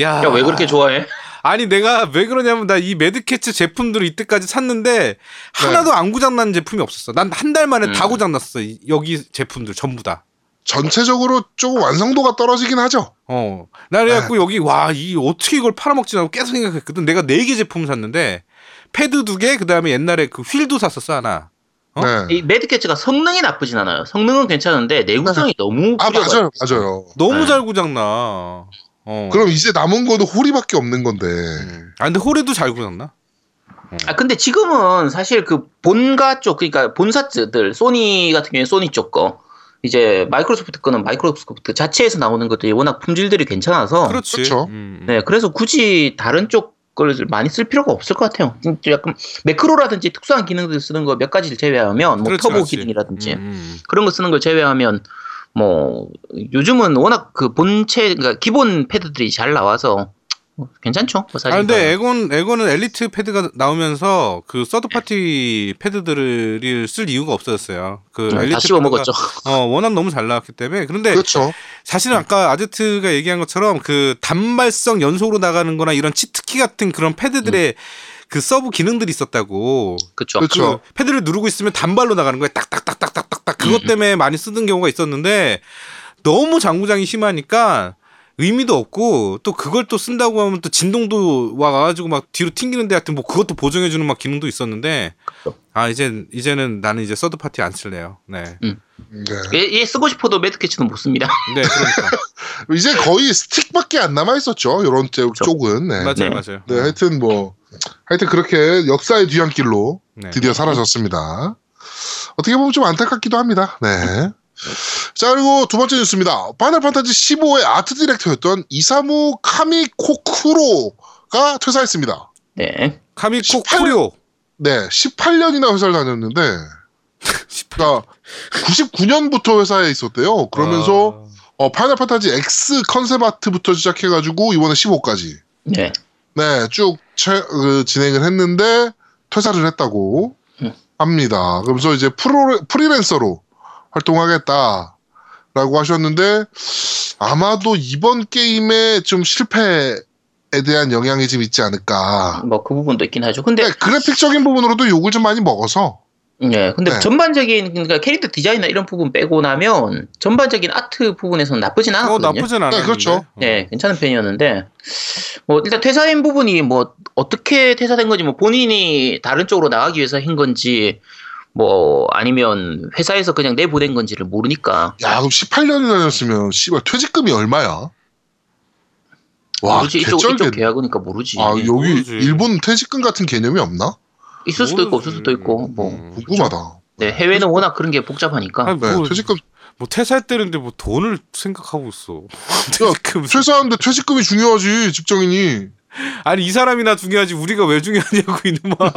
야, 야, 왜 그렇게 좋아해? 아니 내가 왜 그러냐면 나 이 매드캐츠 제품들을 이때까지 샀는데 하나도 네. 안 고장난 제품이 없었어. 난 한 달 만에 다 음. 고장났어. 이- 여기 제품들 전부 다. 전체적으로 조금 완성도가 떨어지긴 하죠. 어. 나 네. 그래갖고 여기 와 이 어떻게 이걸 팔아먹지 하고 계속 생각했거든. 내가 네 개 제품 샀는데 패드 두 개, 그 다음에 옛날에 그 휠도 샀었어 하나. 어? 네. 이 매드캐츠가 성능이 나쁘진 않아요. 성능은 괜찮은데 내구성이 너무 아, 부족해요. 맞아요. 맞아요. 너무 네. 잘 고장나. 어. 그럼 이제 남은 거는 호리밖에 없는 건데. 아 근데 호레도 잘 고장나. 아 근데 지금은 사실 그 본가 쪽 그러니까 본사들 소니 같은 경우에 소니 쪽 거 이제 마이크로소프트 거는 마이크로소프트 자체에서 나오는 것들이 워낙 품질들이 괜찮아서 그렇지. 그렇죠. 음, 음. 네 그래서 굳이 다른 쪽 걸 많이 쓸 필요가 없을 것 같아요. 좀 약간 매크로라든지 특수한 기능들 쓰는 거 몇 가지를 제외하면 뭐 그렇지, 터보 그렇지. 기능이라든지 음, 음. 그런 거 쓰는 걸 제외하면 뭐 요즘은 워낙 그 본체 그러니까 기본 패드들이 잘 나와서 뭐 괜찮죠. 뭐 사실 아 근데 에곤 에곤은 엘리트 패드가 나오면서 그 서드 파티 패드들을 쓸 이유가 없어졌어요. 그 네, 다 엘리트 씹어 패드가- 먹었죠. 어 워낙 너무 잘 나왔기 때문에 그런데 그렇죠. 사실은 아까 아제트가 얘기한 것처럼 그 단발성 연속으로 나가는거나 이런 치트키 같은 그런 패드들의 그 서브 기능들이 있었다고. 그렇죠. 그렇죠. 그 패드를 누르고 있으면 단발로 나가는 거야. 딱딱딱딱딱딱딱. 그것 음. 때문에 많이 쓰는 경우가 있었는데 너무 장구장이 심하니까 의미도 없고 또 그걸 또 쓴다고 하면 또 진동도 와가지고 막 뒤로 튕기는데 하여튼 뭐 그것도 보정해주는 막 기능도 있었는데 아 이제 이제는 나는 이제 서드 파티 안 쓸래요. 네. 네. 얘, 얘 예, 쓰고 싶어도 매드캐치는 못 씁니다. 네 그러니까 이제 거의 스틱밖에 안 남아 있었죠. 이런 쪽은. 네. 맞아요 네. 맞아요. 네, 하여튼 뭐 하여튼 그렇게 역사의 뒤안길로 네. 드디어 사라졌습니다. 어떻게 보면 좀 안타깝기도 합니다. 네. 자 그리고 두 번째 뉴스입니다. 파이널 판타지 15의 아트 디렉터였던 이사무 카미코쿠로가 퇴사했습니다. 네. 카미코 18 코리오 네, 18년이나 회사를 다녔는데, 그러니까 99년부터 회사에 있었대요. 아. 그러면서 어, 파이널 판타지 X 컨셉 아트부터 시작해가지고 이번에 15까지 네. 네, 쭉 채- 그, 진행을 했는데 퇴사를 했다고 음. 합니다. 그러면서 이제 프로 프리랜서로 활동하겠다라고 하셨는데 아마도 이번 게임의 좀 실패에 대한 영향이 좀 있지 않을까. 뭐 그 부분도 있긴 하죠. 근데 네, 그래픽적인 부분으로도 욕을 좀 많이 먹어서 예. 근데 네. 전반적인 그러니까 캐릭터 디자인이나 이런 부분 빼고 나면 전반적인 아트 부분에서는 나쁘진 어, 않았거든요. 나쁘진 않아요. 그렇죠. 어. 네, 괜찮은 편이었는데 뭐 일단 퇴사인 부분이 뭐 어떻게 퇴사된 건지 뭐 본인이 다른 쪽으로 나가기 위해서 한 건지 뭐 아니면 회사에서 그냥 내보낸 건지를 모르니까 야 그럼 18년이 다녔으면 씨발 퇴직금이 얼마야? 와 모르지 이쪽 이쪽 개쩔겠네. 계약이니까 모르지 음, 아 여기 모르지. 일본 퇴직금 같은 개념이 없나? 있을 수도 있고 없을 수도 있고 뭐 궁금하다. 네, 해외는 워낙 그런 게 복잡하니까 음. 아니, 네, 뭐, 퇴직금 뭐 퇴사할 때는데 뭐 돈을 생각하고 있어. 그 퇴직금. 퇴사하는데 퇴직금이 중요하지 직장인이 아니 이 사람이나 중요하지 우리가 왜 중요하냐고 이놈아.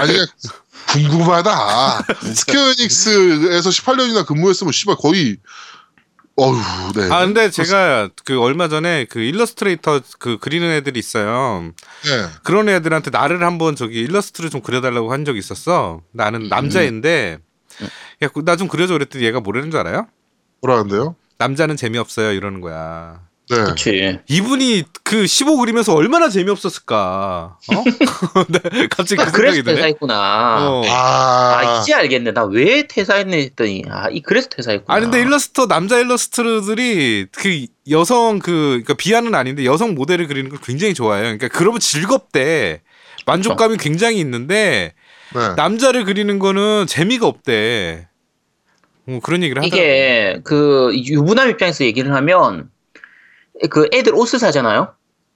아니 그냥 궁금하다 스퀘어닉스에서 18년이나 근무했으면 씨발 거의 어휴 네. 아 근데 제가 그 얼마 전에 그 일러스트레이터 그 그리는 애들이 있어요. 네. 그런 애들한테 나를 한번 저기 일러스트를 좀 그려달라고 한 적이 있었어. 나는 남자인데 그 야나 좀 그려줘 그랬더니 얘가 뭐라는 줄 알아요? 뭐라는데요? 남자는 재미없어요 이러는 거야. 네. 그렇지. 이분이 그 15 그리면서 얼마나 재미없었을까. 어? 네, 갑자기 그 아, 그래서 생각이 드네. 퇴사했구나. 어. 아, 아 이제 알겠네. 나 왜 퇴사했네 했더니 아이 그래서 퇴사했구나. 아니 근데 일러스터 남자 일러스트들이 그 여성 그 그러니까 비하는 아닌데 여성 모델을 그리는 걸 굉장히 좋아해요. 그러니까 그러면 즐겁대. 만족감이 그렇죠. 굉장히 있는데 네. 남자를 그리는 거는 재미가 없대. 뭐 그런 얘기를 하더라고. 이게 그 유부남 입장에서 얘기를 하면 그 애들 옷을 사잖아요.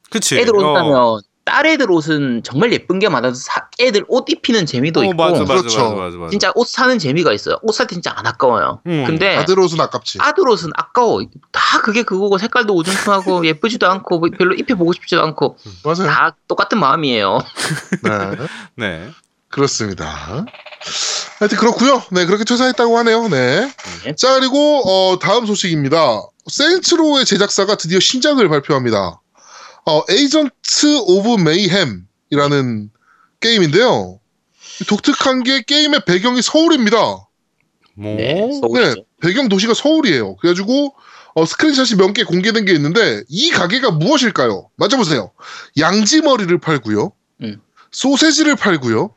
그치. 애들 옷 어. 사면 딸 애들 옷은 정말 예쁜 게 많아서 사- 애들 옷 입히는 재미도 어, 있고 맞아, 맞아, 그렇죠. 맞아, 맞아, 맞아. 진짜 옷 사는 재미가 있어요. 옷 살 때 진짜 안 아까워요. 음. 근데 네. 아들... 아들 옷은 아깝지. 옷은 아까워. 다 그게 그거고 색깔도 오줌통하고 예쁘지도 않고 뭐 별로 입혀보고 싶지도 않고 맞아요. 다 똑같은 어? 마음이에요. 네. 네. 그렇습니다. 하여튼 그렇고요. 네, 그렇게 퇴사했다고 하네요. 네. 네. 자, 그리고 어, 다음 소식입니다. 센트로의 제작사가 드디어 신작을 발표합니다. 어, 에이전트 오브 메이햄이라는 게임인데요. 독특한 게 게임의 배경이 서울입니다. 뭐. 네, 네, 서울이죠. 배경 도시가 서울이에요. 그래가지고 어, 스크린샷이 몇 개 공개된 게 있는데 이 가게가 무엇일까요? 맞춰보세요. 양지머리를 팔고요. 음. 소세지를 팔고요.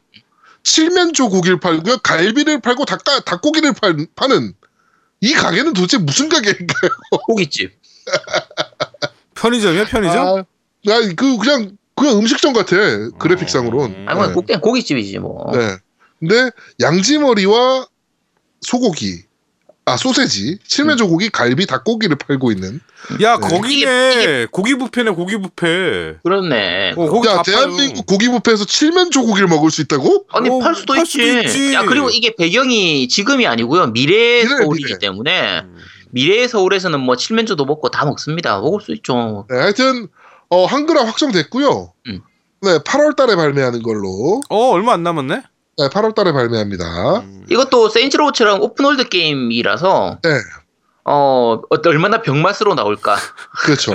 칠면조 고기를 팔고요. 갈비를 팔고 닭가, 닭고기를 팔, 파는 이 가게는 도대체 무슨 가게인가요? 네. 고깃집. 편의점이야, 아, 편의점? 아, 그 그냥 그냥 음식점 같아. 음. 그래픽상으론. 아니 뭐 그냥 고깃집이지 뭐. 네. 근데 양지머리와 소고기, 아 소세지, 음. 칠면조고기, 갈비, 닭고기를 팔고 있는. 야, 네. 거기네. 고기 뷔페네, 고기 뷔페. 그렇네. 어, 거기 야 다 대한민국 팔고. 고기 뷔페에서 칠면조고기를 먹을 수 있다고? 아니 어, 팔 수도 팔 있지. 수도 있지. 야 그리고 이게 배경이 지금이 아니고요 미래 미래, 서울이기 미래. 때문에 미래 서울에서는 뭐 칠면조도 먹고 다 먹습니다. 먹을 수 있죠. 네, 하여튼 어, 한글화 확정됐고요. 음. 네, 8월달에 발매하는 걸로. 어, 얼마 안 남았네? 네, 8월달에 발매합니다. 이것도 세인츠로우처럼 오픈월드 게임이라서 네, 어 어떤- 얼마나 병맛으로 나올까. 그렇죠.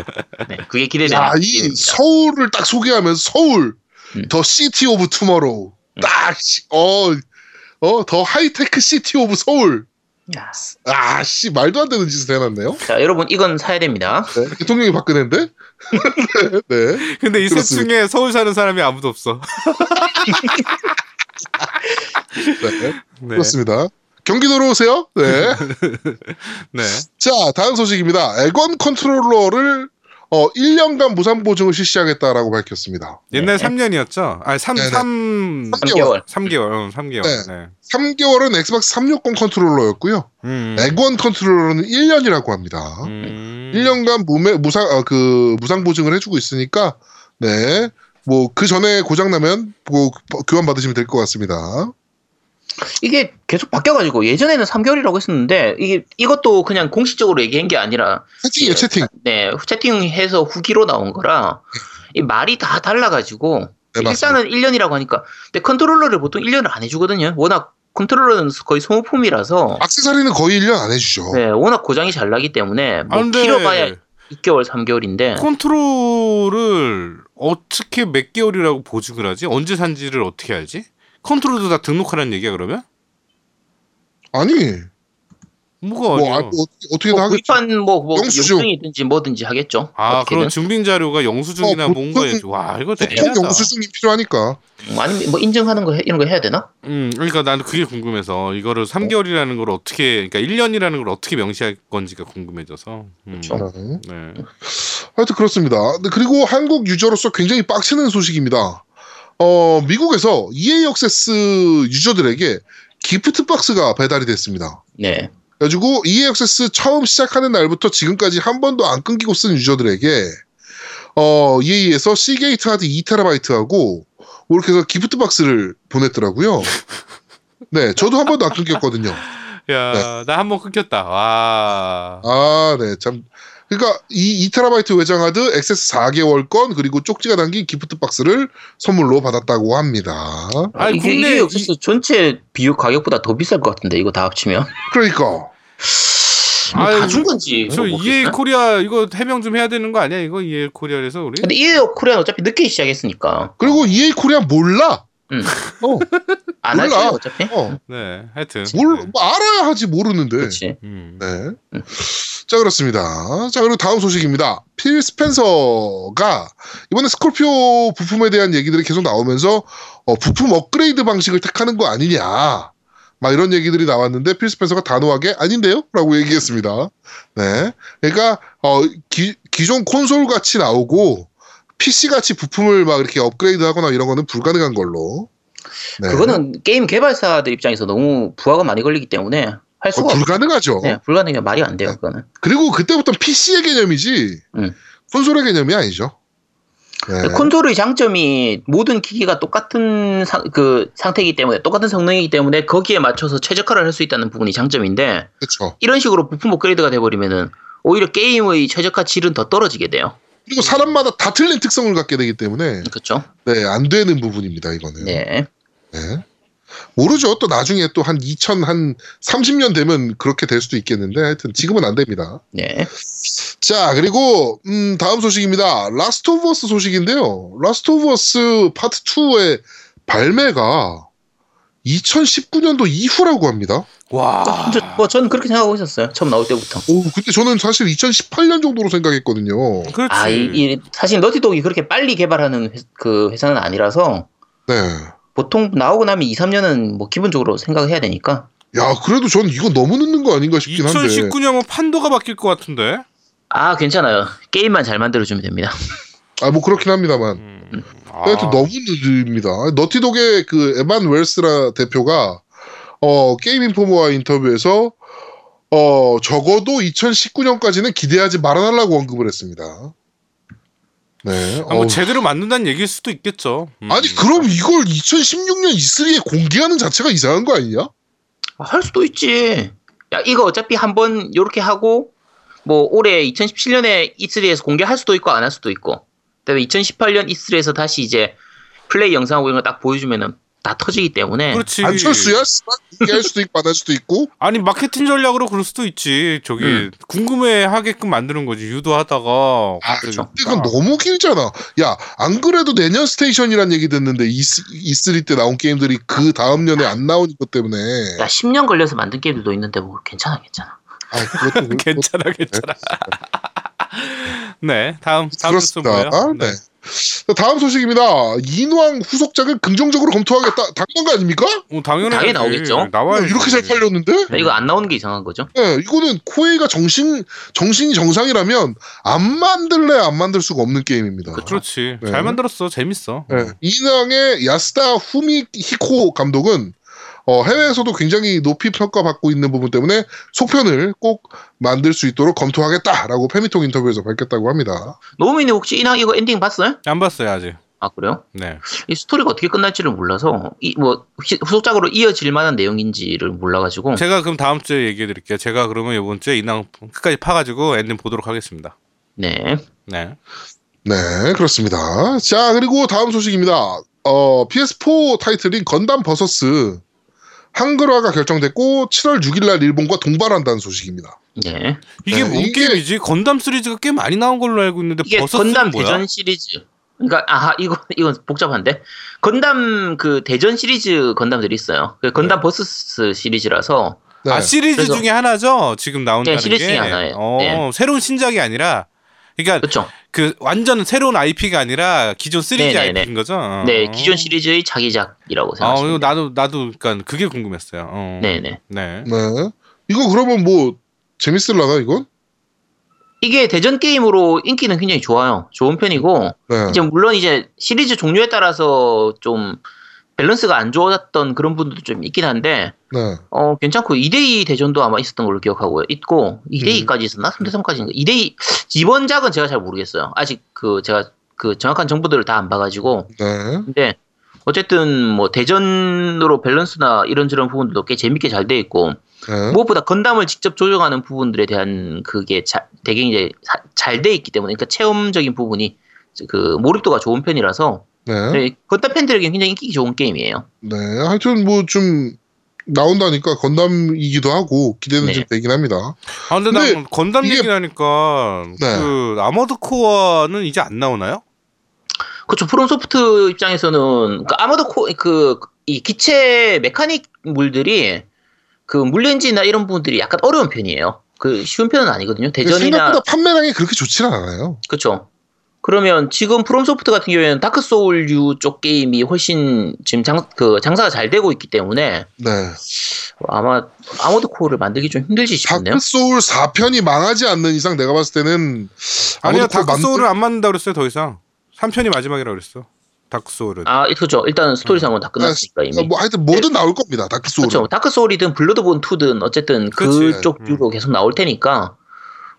네, 그게 기대되는 야, 이 음. 게임입니다. 서울을 딱 소개하면 서울, 음. 더 시티 오브 투머로우, 음. 딱 시- 어, 어, 더 하이테크 시티 오브 서울. 야, 아, 씨 말도 안 되는 짓을 해놨네요. 자 여러분 이건 사야 됩니다. 네, 대통령이 박근혜인데. 네. 근데 이 셋 그렇습니다. 중에 서울 사는 사람이 아무도 없어. 네, 네. 그렇습니다. 경기도로 오세요. 네. 네. 자, 다음 소식입니다. 에건 컨트롤러를 어, 1년간 무상 보증을 실시하겠다라고 밝혔습니다. 옛날 에 3년이었죠? 아니, 3, 네, 네. 3, 3개월. 3개월. 응, 3개월. 네. 네. 3개월은 엑스박스 360 컨트롤러였고요. 음. 에건 컨트롤러는 1년이라고 합니다. 음. 1년간 무매, 무상 어, 그 무상 보증을 해주고 있으니까 네. 뭐 그 전에 고장 나면 뭐 교환 받으시면 될 것 같습니다. 이게 계속 바뀌어가지고 예전에는 3개월이라고 했었는데 이게 이것도 그냥 공식적으로 얘기한 게 아니라 채팅이요, 채팅. 네, 채팅해서 후기로 나온 거라 이 말이 다 달라가지고 네, 맞습니다. 일단은 1년이라고 하니까 근데 컨트롤러를 보통 1년을 안 해주거든요. 워낙 컨트롤러는 거의 아, 소모품이라서 악세사리는 거의 1년 안 해주죠. 네, 워낙 고장이 잘 나기 때문에 아, 뭐 근데 길어봐야 6개월, 3개월인데 컨트롤을 어떻게 몇 개월이라고 보증을 하지? 언제 산지를 어떻게 알지? 컨트롤도 다 등록하라는 얘기야 그러면? 아니, 뭐가 뭐, 아니야? 아, 뭐 어떻게든 뭐 하겠죠. 구입한 뭐뭐 영수증. 영수증이든지 뭐든지 하겠죠. 아 어떻게든. 그런 증빙 자료가 영수증이나 어, 보통- 뭔가에 와 이거 보통 대단하다. 영수증이 필요하니까. 음, 아니면 뭐 인증하는 거 해- 이런 거 해야 되나? 음 그러니까 나는 그게 궁금해서 이거를 어. 3개월이라는 걸 어떻게 그러니까 1년이라는 걸 어떻게 명시할 건지가 궁금해져서. 음, 그렇죠. 네. 네. 하여튼 그렇습니다. 근데 그리고 한국 유저로서 굉장히 빡치는 소식입니다. 어, 미국에서 EA 억세스 유저들에게 기프트 박스가 배달이 됐습니다. 네. 그래가지고 EA 억세스 처음 시작하는 날부터 지금까지 한 번도 안 끊기고 쓴 유저들에게 어, EA에서 시게이트 하드 2TB하고 이렇게 해서 기프트 박스를 보냈더라고요. 네, 저도 한 번도 안 끊겼거든요. 네. 야나 한 번 끊겼다. 와. 아, 네, 참. 그러니까 이 2TB 외장하드 액세스 4개월 건 그리고 쪽지가 담긴 기프트 박스를 선물로 받았다고 합니다. 아, 아니, 이게 국내 이게 이- 역시 전체 비유 가격보다 더 비쌀 것 같은데 이거 다 합치면 그러니까 뭐 아유, 다준 건지 뭐 저 EA 모르겠어요. 코리아 이거 해명 좀 해야 되는 거 아니야? 이거 EA 코리아에서 우리? 근데 EA 코리아는 어차피 늦게 시작했으니까 그리고 EA 코리아 몰라. 응. 어, 안 하지 몰라. 어차피. 어, 네, 하여튼. 몰, 뭐 알아야 하지 모르는데. 그렇지. 음. 네. 응. 자, 그렇습니다. 자, 그리고 다음 소식입니다. 필 스펜서가 이번에 스콜피오 부품에 대한 얘기들이 계속 나오면서 어, 부품 업그레이드 방식을 택하는 거 아니냐. 막 이런 얘기들이 나왔는데 필 스펜서가 단호하게 아닌데요? 라고 얘기했습니다. 네. 그러니까 어, 기, 기존 콘솔 같이 나오고 PC 같이 부품을 막 이렇게 업그레이드 하거나 이런 거는 불가능한 걸로. 네. 그거는 게임 개발사들 입장에서 너무 부하가 많이 걸리기 때문에 할 어, 수가 없어요. 불가능하죠. 네, 불가능해 말이 안 돼요. 그거는. 그리고 그때부터 PC의 개념이지 음. 콘솔의 개념이 아니죠. 네. 콘솔의 장점이 모든 기기가 똑같은 상, 그 상태이기 때문에 똑같은 성능이기 때문에 거기에 맞춰서 최적화를 할 수 있다는 부분이 장점인데 그렇죠. 이런 식으로 부품 업그레이드가 돼버리면은 오히려 게임의 최적화 질은 더 떨어지게 돼요. 그리고 사람마다 다 틀린 특성을 갖게 되기 때문에 그렇죠? 네, 안 되는 부분입니다 이거는. 네. 네. 모르죠. 또 나중에 또 한 2000, 한 30년 되면 그렇게 될 수도 있겠는데 하여튼 지금은 안 됩니다. 네. 자, 그리고 음, 다음 소식입니다. 라스트 오브 어스 소식인데요. 라스트 오브 어스 파트 2의 발매가 2019년도 이후라고 합니다. 아. 와. 뭐 저는 그렇게 생각하고 있었어요. 처음 나올 때부터. 오, 근데 저는 사실 2018년 정도로 생각했거든요. 그렇지. 아, 이, 이- 사실 너티독이 그렇게 빨리 개발하는 회, 그 회사는 아니라서 네. 보통 나오고 나면 2, 3년은 뭐 기본적으로 생각해야 되니까. 야, 그래도 전 이거 너무 늦는 거 아닌가 싶긴 한데. 2019년은 판도가 바뀔 것 같은데. 아, 괜찮아요. 게임만 잘 만들어주면 됩니다. 아, 뭐 그렇긴 합니다만. 아, 하여튼 너무 늦습니다. 너티독의 그 에반 웰스라 대표가 어, 게임 인포머와 인터뷰에서 어, 적어도 2019년까지는 기대하지 말아달라고 언급을 했습니다. 네. 아, 뭐 어우. 제대로 만든다는 얘기일 수도 있겠죠. 음. 아니, 그럼 이걸 2016년 E3에 공개하는 자체가 이상한 거 아니냐? 아, 할 수도 있지. 야, 이거 어차피 한번 요렇게 하고 뭐 올해 2017년에 E E3에서 공개할 수도 있고 안 할 수도 있고. 그다음에 2018년 E E3에서 다시 이제 플레이 영상하고 이런 거 딱 보여주면은 다 터지기 때문에 그렇지. 안철수야? 씨발, 공개할 수도 있고 안 할 수도 있고 아니 마케팅 전략으로 그럴 수도 있지. 저기 궁금해 하게끔 만드는 거지. 유도하다가. 음. 그러니까. 아, 갑자기 근데 그건 딱. 너무 길잖아. 야, 안 그래도 내년 스테이션이란 얘기 듣는데 E3 때 나온 게임들이 그 다음 년에 안 나오는 것 때문에. 야 10년 걸려서 만든 게임들도 있는데 뭐 괜찮아 괜찮아. 아, 그것도 그렇고. 괜찮아, 괜찮아. 네, 다음 다음 뉴스 그렇습니다. 뭐예요? 아, 네. 다음 소식입니다. 인왕 후속작을 긍정적으로 검토하겠다. 당연한 거 아닙니까? 어, 당연히 당연히 나오겠죠. 나와 뭐 이렇게 잘 팔렸는데? 근데 이거 안 나오는 게 이상한 거죠. 네, 이거는 코에이가 정신 정신이 정상이라면 안 만들래 안 만들 수가 없는 게임입니다. 그렇지. 네. 잘 만들었어. 재밌어. 네, 음. 인왕의 야스다 후미히코 감독은 어, 해외에서도 굉장히 높이 평가받고 있는 부분 때문에 속편을 꼭 만들 수 있도록 검토하겠다라고 페미통 인터뷰에서 밝혔다고 합니다. 노무현이 혹시 이나 이거 엔딩 봤어요? 안 봤어요 아직. 아 그래요? 네. 이 스토리가 어떻게 끝날지를 몰라서 이 뭐 후속작으로 이어질 만한 내용인지를 몰라가지고 제가 그럼 다음 주에 얘기해 드릴게요. 제가 그러면 이번 주에 인왕 끝까지 파가지고 엔딩 보도록 하겠습니다. 네. 네. 네, 그렇습니다. 자, 그리고 다음 소식입니다. 어, PS4 타이틀인 건담 버서스 한글화가 결정됐고 7월 6일 날 일본과 동반한다는 소식입니다. 네. 이게 네, 뭔 이게- 게임이지? 건담 시리즈가 꽤 많이 나온 걸로 알고 있는데 이게 벌써 건담 뭐야? 대전 시리즈. 그러니까 아 이거 이건 복잡한데 건담 그 대전 시리즈 건담들이 있어요. 그 건담 네. 버스스 시리즈라서 네. 아 시리즈 그래서- 중에 하나죠. 지금 나온다는 네, 시리즈 게. 중에 하나예요. 어, 네. 새로운 신작이 아니라 그러니까 그렇죠. 그 완전 새로운 IP가 아니라 기존 시리즈 네, 네, 네. IP인 거죠. 어. 네 기존 시리즈의 자기작이라고 아, 이거 생각하시면 돼요. 나도 나도 그러니까 그게 궁금했어요. 어. 네네. 네. 네. 이거 그러면 뭐 재밌을라나 이건? 이게 대전 게임으로 인기는 굉장히 좋아요. 좋은 편이고 네. 이제 물론 이제 시리즈 종류에 따라서 좀 밸런스가 안 좋았던 그런 분들도 좀 있긴 한데 네. 어 괜찮고 2대2 대전도 아마 있었던 걸로 기억하고 있고 음. 2대2까지 있었나? 3대3까지인가? 2대2 이번 작은 제가 잘 모르겠어요. 아직 그 제가 그 정확한 정보들을 다 안 봐가지고 네. 근데 어쨌든 뭐 대전으로 밸런스나 이런저런 부분들도 꽤 재밌게 잘 돼 있고 네. 무엇보다 건담을 직접 조정하는 부분들에 대한 그게 자- 되게 이제 잘 돼 있기 때문에 그러니까 체험적인 부분이 그 몰입도가 좋은 편이라서 네. 네, 건담 팬들에게 굉장히 인기 좋은 게임이에요. 네, 하여튼 뭐 좀 나온다니까 건담이기도 하고 기대는 네. 좀 되긴 합니다. 아 근데, 근데 나 건담 이게- 얘기하니까 네. 그 아머드 코어는 이제 안 나오나요? 그렇죠. 프롬소프트 입장에서는 그 아마도 코, 그, 이 기체 메카닉 물들이 그 물렌지나 이런 부분들이 약간 어려운 편이에요. 그 쉬운 편은 아니거든요. 대전이나 생각보다 판매량이 그렇게 좋지는 않아요. 그렇죠. 그러면 지금 프롬소프트 같은 경우에는 다크 소울류 쪽 게임이 훨씬 지금 장, 그 장사가 잘 되고 있기 때문에 네. 아마 아모드 코어를 만들기 좀 힘들지 싶은데요. 다크 소울 4편이 망하지 않는 이상 내가 봤을 때는 아니야 아무도 그걸 다크 만들- 소울을 네. 안 만든다 그랬어요 더 이상 3편이 마지막이라 그랬어 다크 소울은 아, 그렇죠. 일단 스토리상은 다 끝났으니까 이미. 뭐 하여튼 뭐든 나올 겁니다. 다크 소울. 그렇죠. 다크 소울이든 블러드본 2든 어쨌든 음. 그치. 음. 그쪽 류로 계속 나올 테니까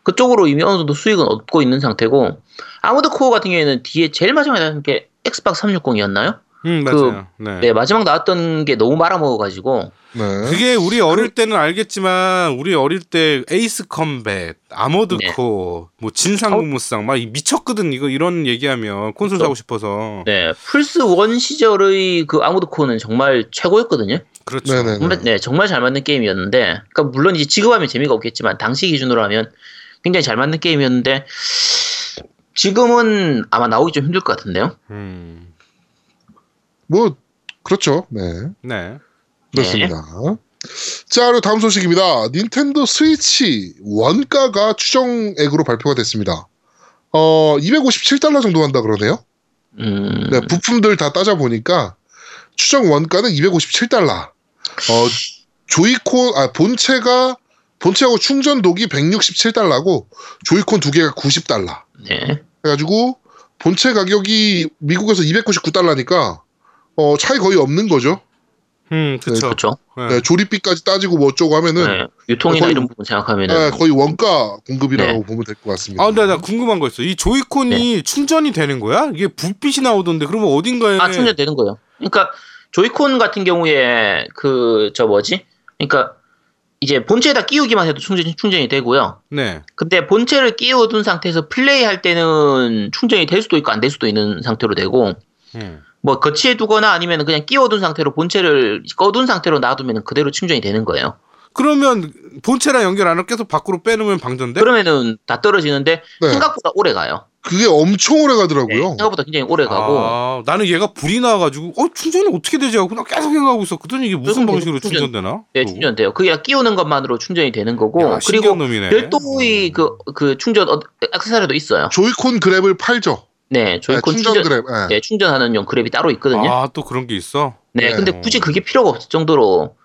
그쪽으로 이미 어느 정도 수익은 얻고 있는 상태고 아모드 코어 같은 경우에는 뒤에 제일 마지막에 나온 게 엑스박 360이었나요? 음 그- 맞아요 네. 네. 마지막 나왔던 게 너무 말아먹어가지고 네. 그게 우리 어릴 때는 알겠지만 우리 어릴 때 에이스 컴뱃, 아머드 네. 코어, 코어, 뭐 진상무무상 막 미쳤거든 이거 이런 얘기하면 콘솔 그렇죠. 사고 사고 싶어서. 네 플스 1 시절의 그 아모드 코어는 정말 최고였거든요. 그렇죠. 네네. 정말, 네, 정말 잘 만든 게임이었는데, 그러니까 물론 이제 지급하면 재미가 없겠지만 당시 기준으로 하면 굉장히 잘 만든 게임이었는데 지금은 아마 나오기 좀 힘들 것 같은데요. 음. 뭐 그렇죠. 네. 네. 그렇습니다. 네. 자, 그리고 다음 소식입니다. 닌텐도 스위치 원가가 추정액으로 발표가 됐습니다. 어, 257달러 정도 한다 그러네요. 음, 네, 부품들 다 따져 보니까 추정 원가는 257달러. 어, 조이콘 아 본체가 본체하고 충전독이 167달러고 조이콘 두 개가 90달러. 네. 해가지고 본체 가격이 미국에서 299달러니까 어 차이 거의 없는 거죠. 음, 그렇죠. 그렇죠. 네, 조립비까지 따지고 뭐 어쩌고 하면은 네. 유통이나 거의- 이런 부분 생각하면은 네, 거의 원가 공급이라고 네. 보면 될 것 같습니다. 아, 근데 나 궁금한 거 있어. 이 조이콘이 충전이 되는 거야? 이게 불빛이 나오던데 그러면 어딘가에 아 충전되는 거예요. 그러니까 조이콘 같은 경우에 그 저 뭐지? 그러니까 이제 본체에다 끼우기만 해도 충전 충전이 되고요. 네. 근데 본체를 끼워둔 상태에서 플레이할 때는 충전이 될 수도 있고 안 될 수도 있는 상태로 되고 음. 뭐 거치해 두거나 아니면 그냥 끼워둔 상태로 본체를 꺼둔 상태로 놔두면 그대로 충전이 되는 거예요. 그러면 본체랑 연결 안 하고 계속 밖으로 빼놓으면 방전돼? 그러면은 다 떨어지는데 네. 어. 생각보다 오래 가요. 그게 엄청 오래 네, 가더라고요. 생각보다 굉장히 오래 가고 아, 나는 얘가 불이 나와가지고 어 충전이 어떻게 되지 하고 나 계속 생각하고 있었거든 이게 무슨 그래서 방식으로 충전- 충전되나? 네, 충전돼요. 그게 끼우는 것만으로 충전이 되는 거고 야, 그리고 신기한 놈이네. 별도의 그, 그 충전 어, 액세서리도 있어요. 조이콘 그랩을 팔죠. 네, 네, 조이콘 충전 충전, 그랩. 네. 네, 충전하는 용 그랩이 따로 있거든요. 아 또 그런 게 있어. 네, 네. 근데 굳이 그게 필요가 없을 정도로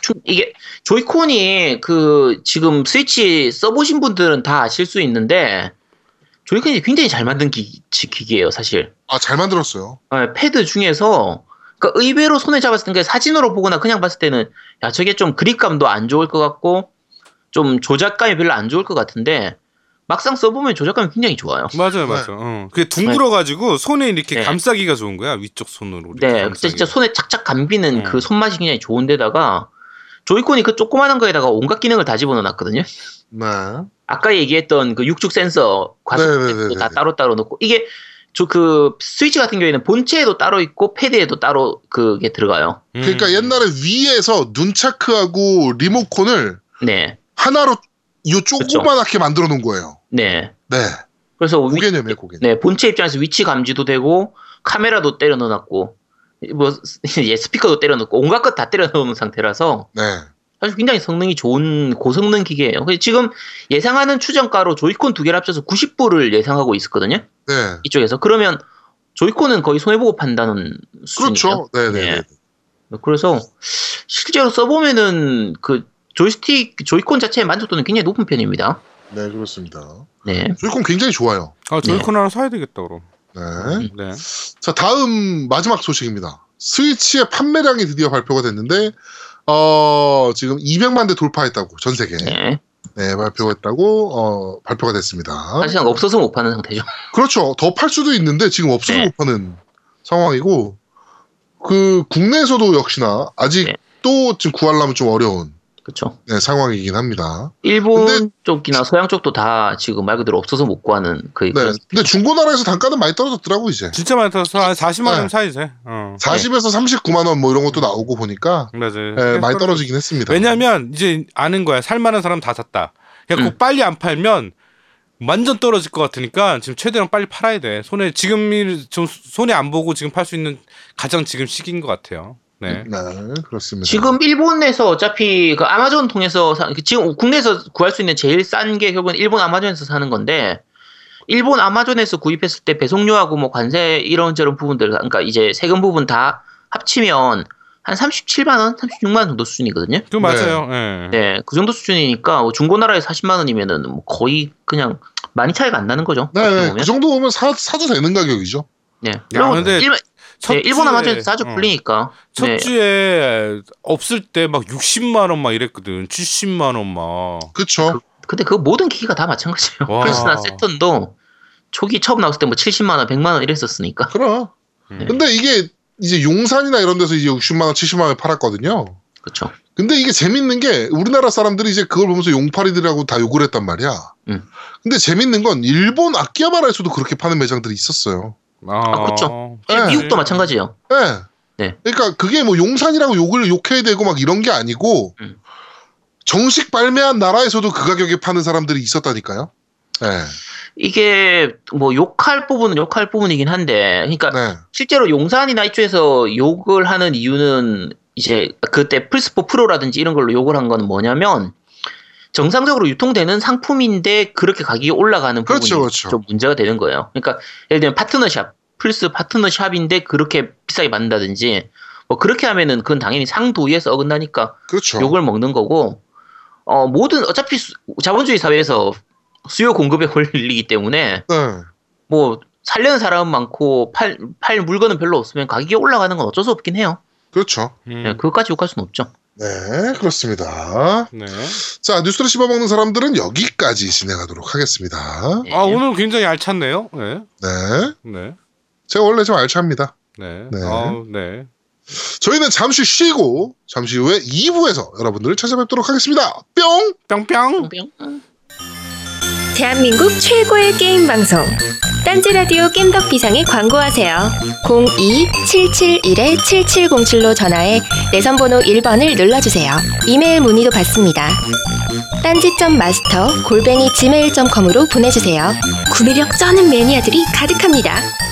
충- 이게 조이콘이 그 지금 스위치 써보신 분들은 다 아실 수 있는데 조이콘이 굉장히 잘 만든 기, 기- 기기예요, 사실. 아, 잘 만들었어요. 네, 패드 중에서 그러니까 의외로 손에 잡았을 때는 사진으로 보거나 그냥 봤을 때는 야 저게 좀 그립감도 안 좋을 것 같고 좀 조작감이 별로 안 좋을 것 같은데 막상 써보면 조작감이 굉장히 좋아요. 네. 맞아요, 맞아요. 어. 그게 둥그러가지고 손에 이렇게 네. 감싸기가 좋은 거야 위쪽 손으로. 이렇게 네, 그때 감싸기. 진짜 손에 착착 감비는 네. 음. 그 손맛이 굉장히 좋은데다가 조이콘이 그 조그마한 거에다가 온갖 기능을 다 집어넣어놨거든요. 네. 아까 얘기했던 그 육축 센서, 과속 네네네네네. 센서도 다 따로 따로 넣고 이게 저 그 스위치 같은 경우에는 본체에도 따로 있고 패드에도 따로 그게 들어가요. 음. 그러니까 옛날에 위에서 눈차크하고 리모컨을 네, 하나로 요 조그만하게 만들어 놓은 거예요. 네. 네. 그래서 위- 고개념이에요, 고개. 네 본체 입장에서 위치 감지도 되고 카메라도 때려 넣어놨고 뭐 예, 스피커도 때려 넣고 온갖 것 다 때려 넣은 상태라서 네. 사실 굉장히 성능이 좋은 고성능 기계예요. 근데 지금 예상하는 추정가로 조이콘 두 개를 합쳐서 90불을 예상하고 있었거든요. 네. 이쪽에서. 그러면 조이콘은 거의 손해보고 판다는 수준이죠. 그렇죠. 네, 네, 네. 그래서 실제로 써보면은 그 조이스틱, 조이콘 자체의 만족도는 굉장히 높은 편입니다. 네, 그렇습니다. 네. 조이콘 굉장히 좋아요. 아 조이콘 하나 사야 되겠다 그럼. 네. 네. 자, 다음 마지막 소식입니다. 스위치의 판매량이 드디어 발표가 됐는데, 어, 지금 200만 대 돌파했다고, 전 세계. 네, 네. 발표했다고, 어, 발표가 됐습니다. 사실상 없어서 못 파는 상태죠. 그렇죠. 더 팔 수도 있는데, 지금 없어서 네. 못 파는 상황이고, 그, 국내에서도 역시나, 아직 네. 또 지금 구하려면 좀 어려운 그렇죠. 네, 상황이긴 합니다. 일본 근데- 쪽이나 서양 쪽도 다 지금 말 그대로 없어서 못 구하는 그 네. 근데 중고나라에서 단가는 많이 떨어졌더라고, 이제. 진짜 많이 타서 한 40만 네. 원 사이즈. 어. 40에서 네. 39만원 뭐 이런 것도 나오고 보니까, 맞아요. 네, 많이 떨어지긴 했습니다. 왜냐면 이제 아는 거야. 살만한 사람 다 샀다. 그래갖고 음. 빨리 안 팔면 완전 떨어질 것 같으니까 지금 최대한 빨리 팔아야 돼. 손에 지금 일- 좀 손에 안 보고 지금 팔 수 있는 가장 지금 시기인 것 같아요. 네. 네, 그렇습니다. 지금 일본에서 어차피 그 아마존 통해서 사- 그 지금 국내에서 구할 수 있는 제일 싼 게 결국은 일본 아마존에서 사는 건데 일본 아마존에서 구입했을 때 배송료하고 뭐 관세 이런저런 부분들 그러니까 이제 세금 부분 다 합치면 한 37만 원, 36만 원 정도 수준이거든요. 그 맞아요. 예. 네, 그 정도 수준이니까 뭐 중고나라에 40만 원이면은 뭐 거의 그냥 많이 차이가 안 나는 거죠. 네, 어떻게 네, 보면. 그 정도 오면 사, 사도 되는 가격이죠. 네. 야, 그리고 근데 일본, 첫 네, 일본 주에- 아마존에서 자주 어. 풀리니까. 첫 네. 주에 없을 때 막 60만 원 막 이랬거든. 70만 원 막. 그쵸? 근데 그 모든 기기가 다 마찬가지예요. 와. 그래서 나 세턴도 초기 처음 나왔을 때 뭐 70만 원, 100만 원 이랬었으니까. 그, 럼 네. 음. 근데 이게 이제 용산이나 이런 데서 이제 60만원, 70만원에 팔았거든요. 그렇죠. 근데 이게 재밌는 게 우리나라 사람들이 이제 그걸 보면서 용팔이들하고 다 욕을 했단 말이야. 음. 근데 재밌는 건 일본 아키하바라에서도 그렇게 파는 매장들이 있었어요. 아, 그렇죠. 네. 미국도 마찬가지예요. 예. 네. 그러니까 그게 뭐 용산이라고 욕을 욕해야 되고 막 이런 게 아니고 음. 정식 발매한 나라에서도 그 가격에 파는 사람들이 있었다니까요. 예. 이게 뭐 욕할 부분은 욕할 부분이긴 한데, 그러니까 네. 실제로 용산이나 이쪽에서 욕을 하는 이유는 이제 그때 플스포 프로라든지 이런 걸로 욕을 한 건 뭐냐면 정상적으로 유통되는 상품인데 그렇게 가격이 올라가는 부분이 그렇죠, 그렇죠. 좀 문제가 되는 거예요. 그러니까 예를 들면 파트너샵, 플스 파트너샵인데 그렇게 비싸게 만든다든지 뭐 그렇게 하면은 그건 당연히 상도위에서 어긋나니까 그렇죠. 욕을 먹는 거고 어 모든 어차피 수- 자본주의 사회에서 수요 공급의 원리이기 때문에 네. 뭐 살려는 사람은 많고 팔, 팔 물건은 별로 없으면 가격이 올라가는 건 어쩔 수 없긴 해요. 그렇죠. 음. 네, 그것까지 욕할 수는 없죠. 네, 그렇습니다. 네. 자, 뉴스를 씹어먹는 사람들은 여기까지 진행하도록 하겠습니다. 네. 아 오늘 굉장히 알찼네요. 네. 네. 네. 제가 원래 좀 알찹니다. 네. 네. 아, 네. 저희는 잠시 쉬고, 잠시 후에 2부에서 여러분들을 찾아뵙도록 하겠습니다. 뿅! 뿅뿅. 뿅뿅. 대한민국 최고의 게임 방송 딴지라디오 겜덕 비상에 광고하세요 02-771-7707로 전화해 내선번호 1번을 눌러주세요 이메일 문의도 받습니다 딴지점 마스터 골뱅이 gmail.com으로 보내주세요 구매력 쩌는 매니아들이 가득합니다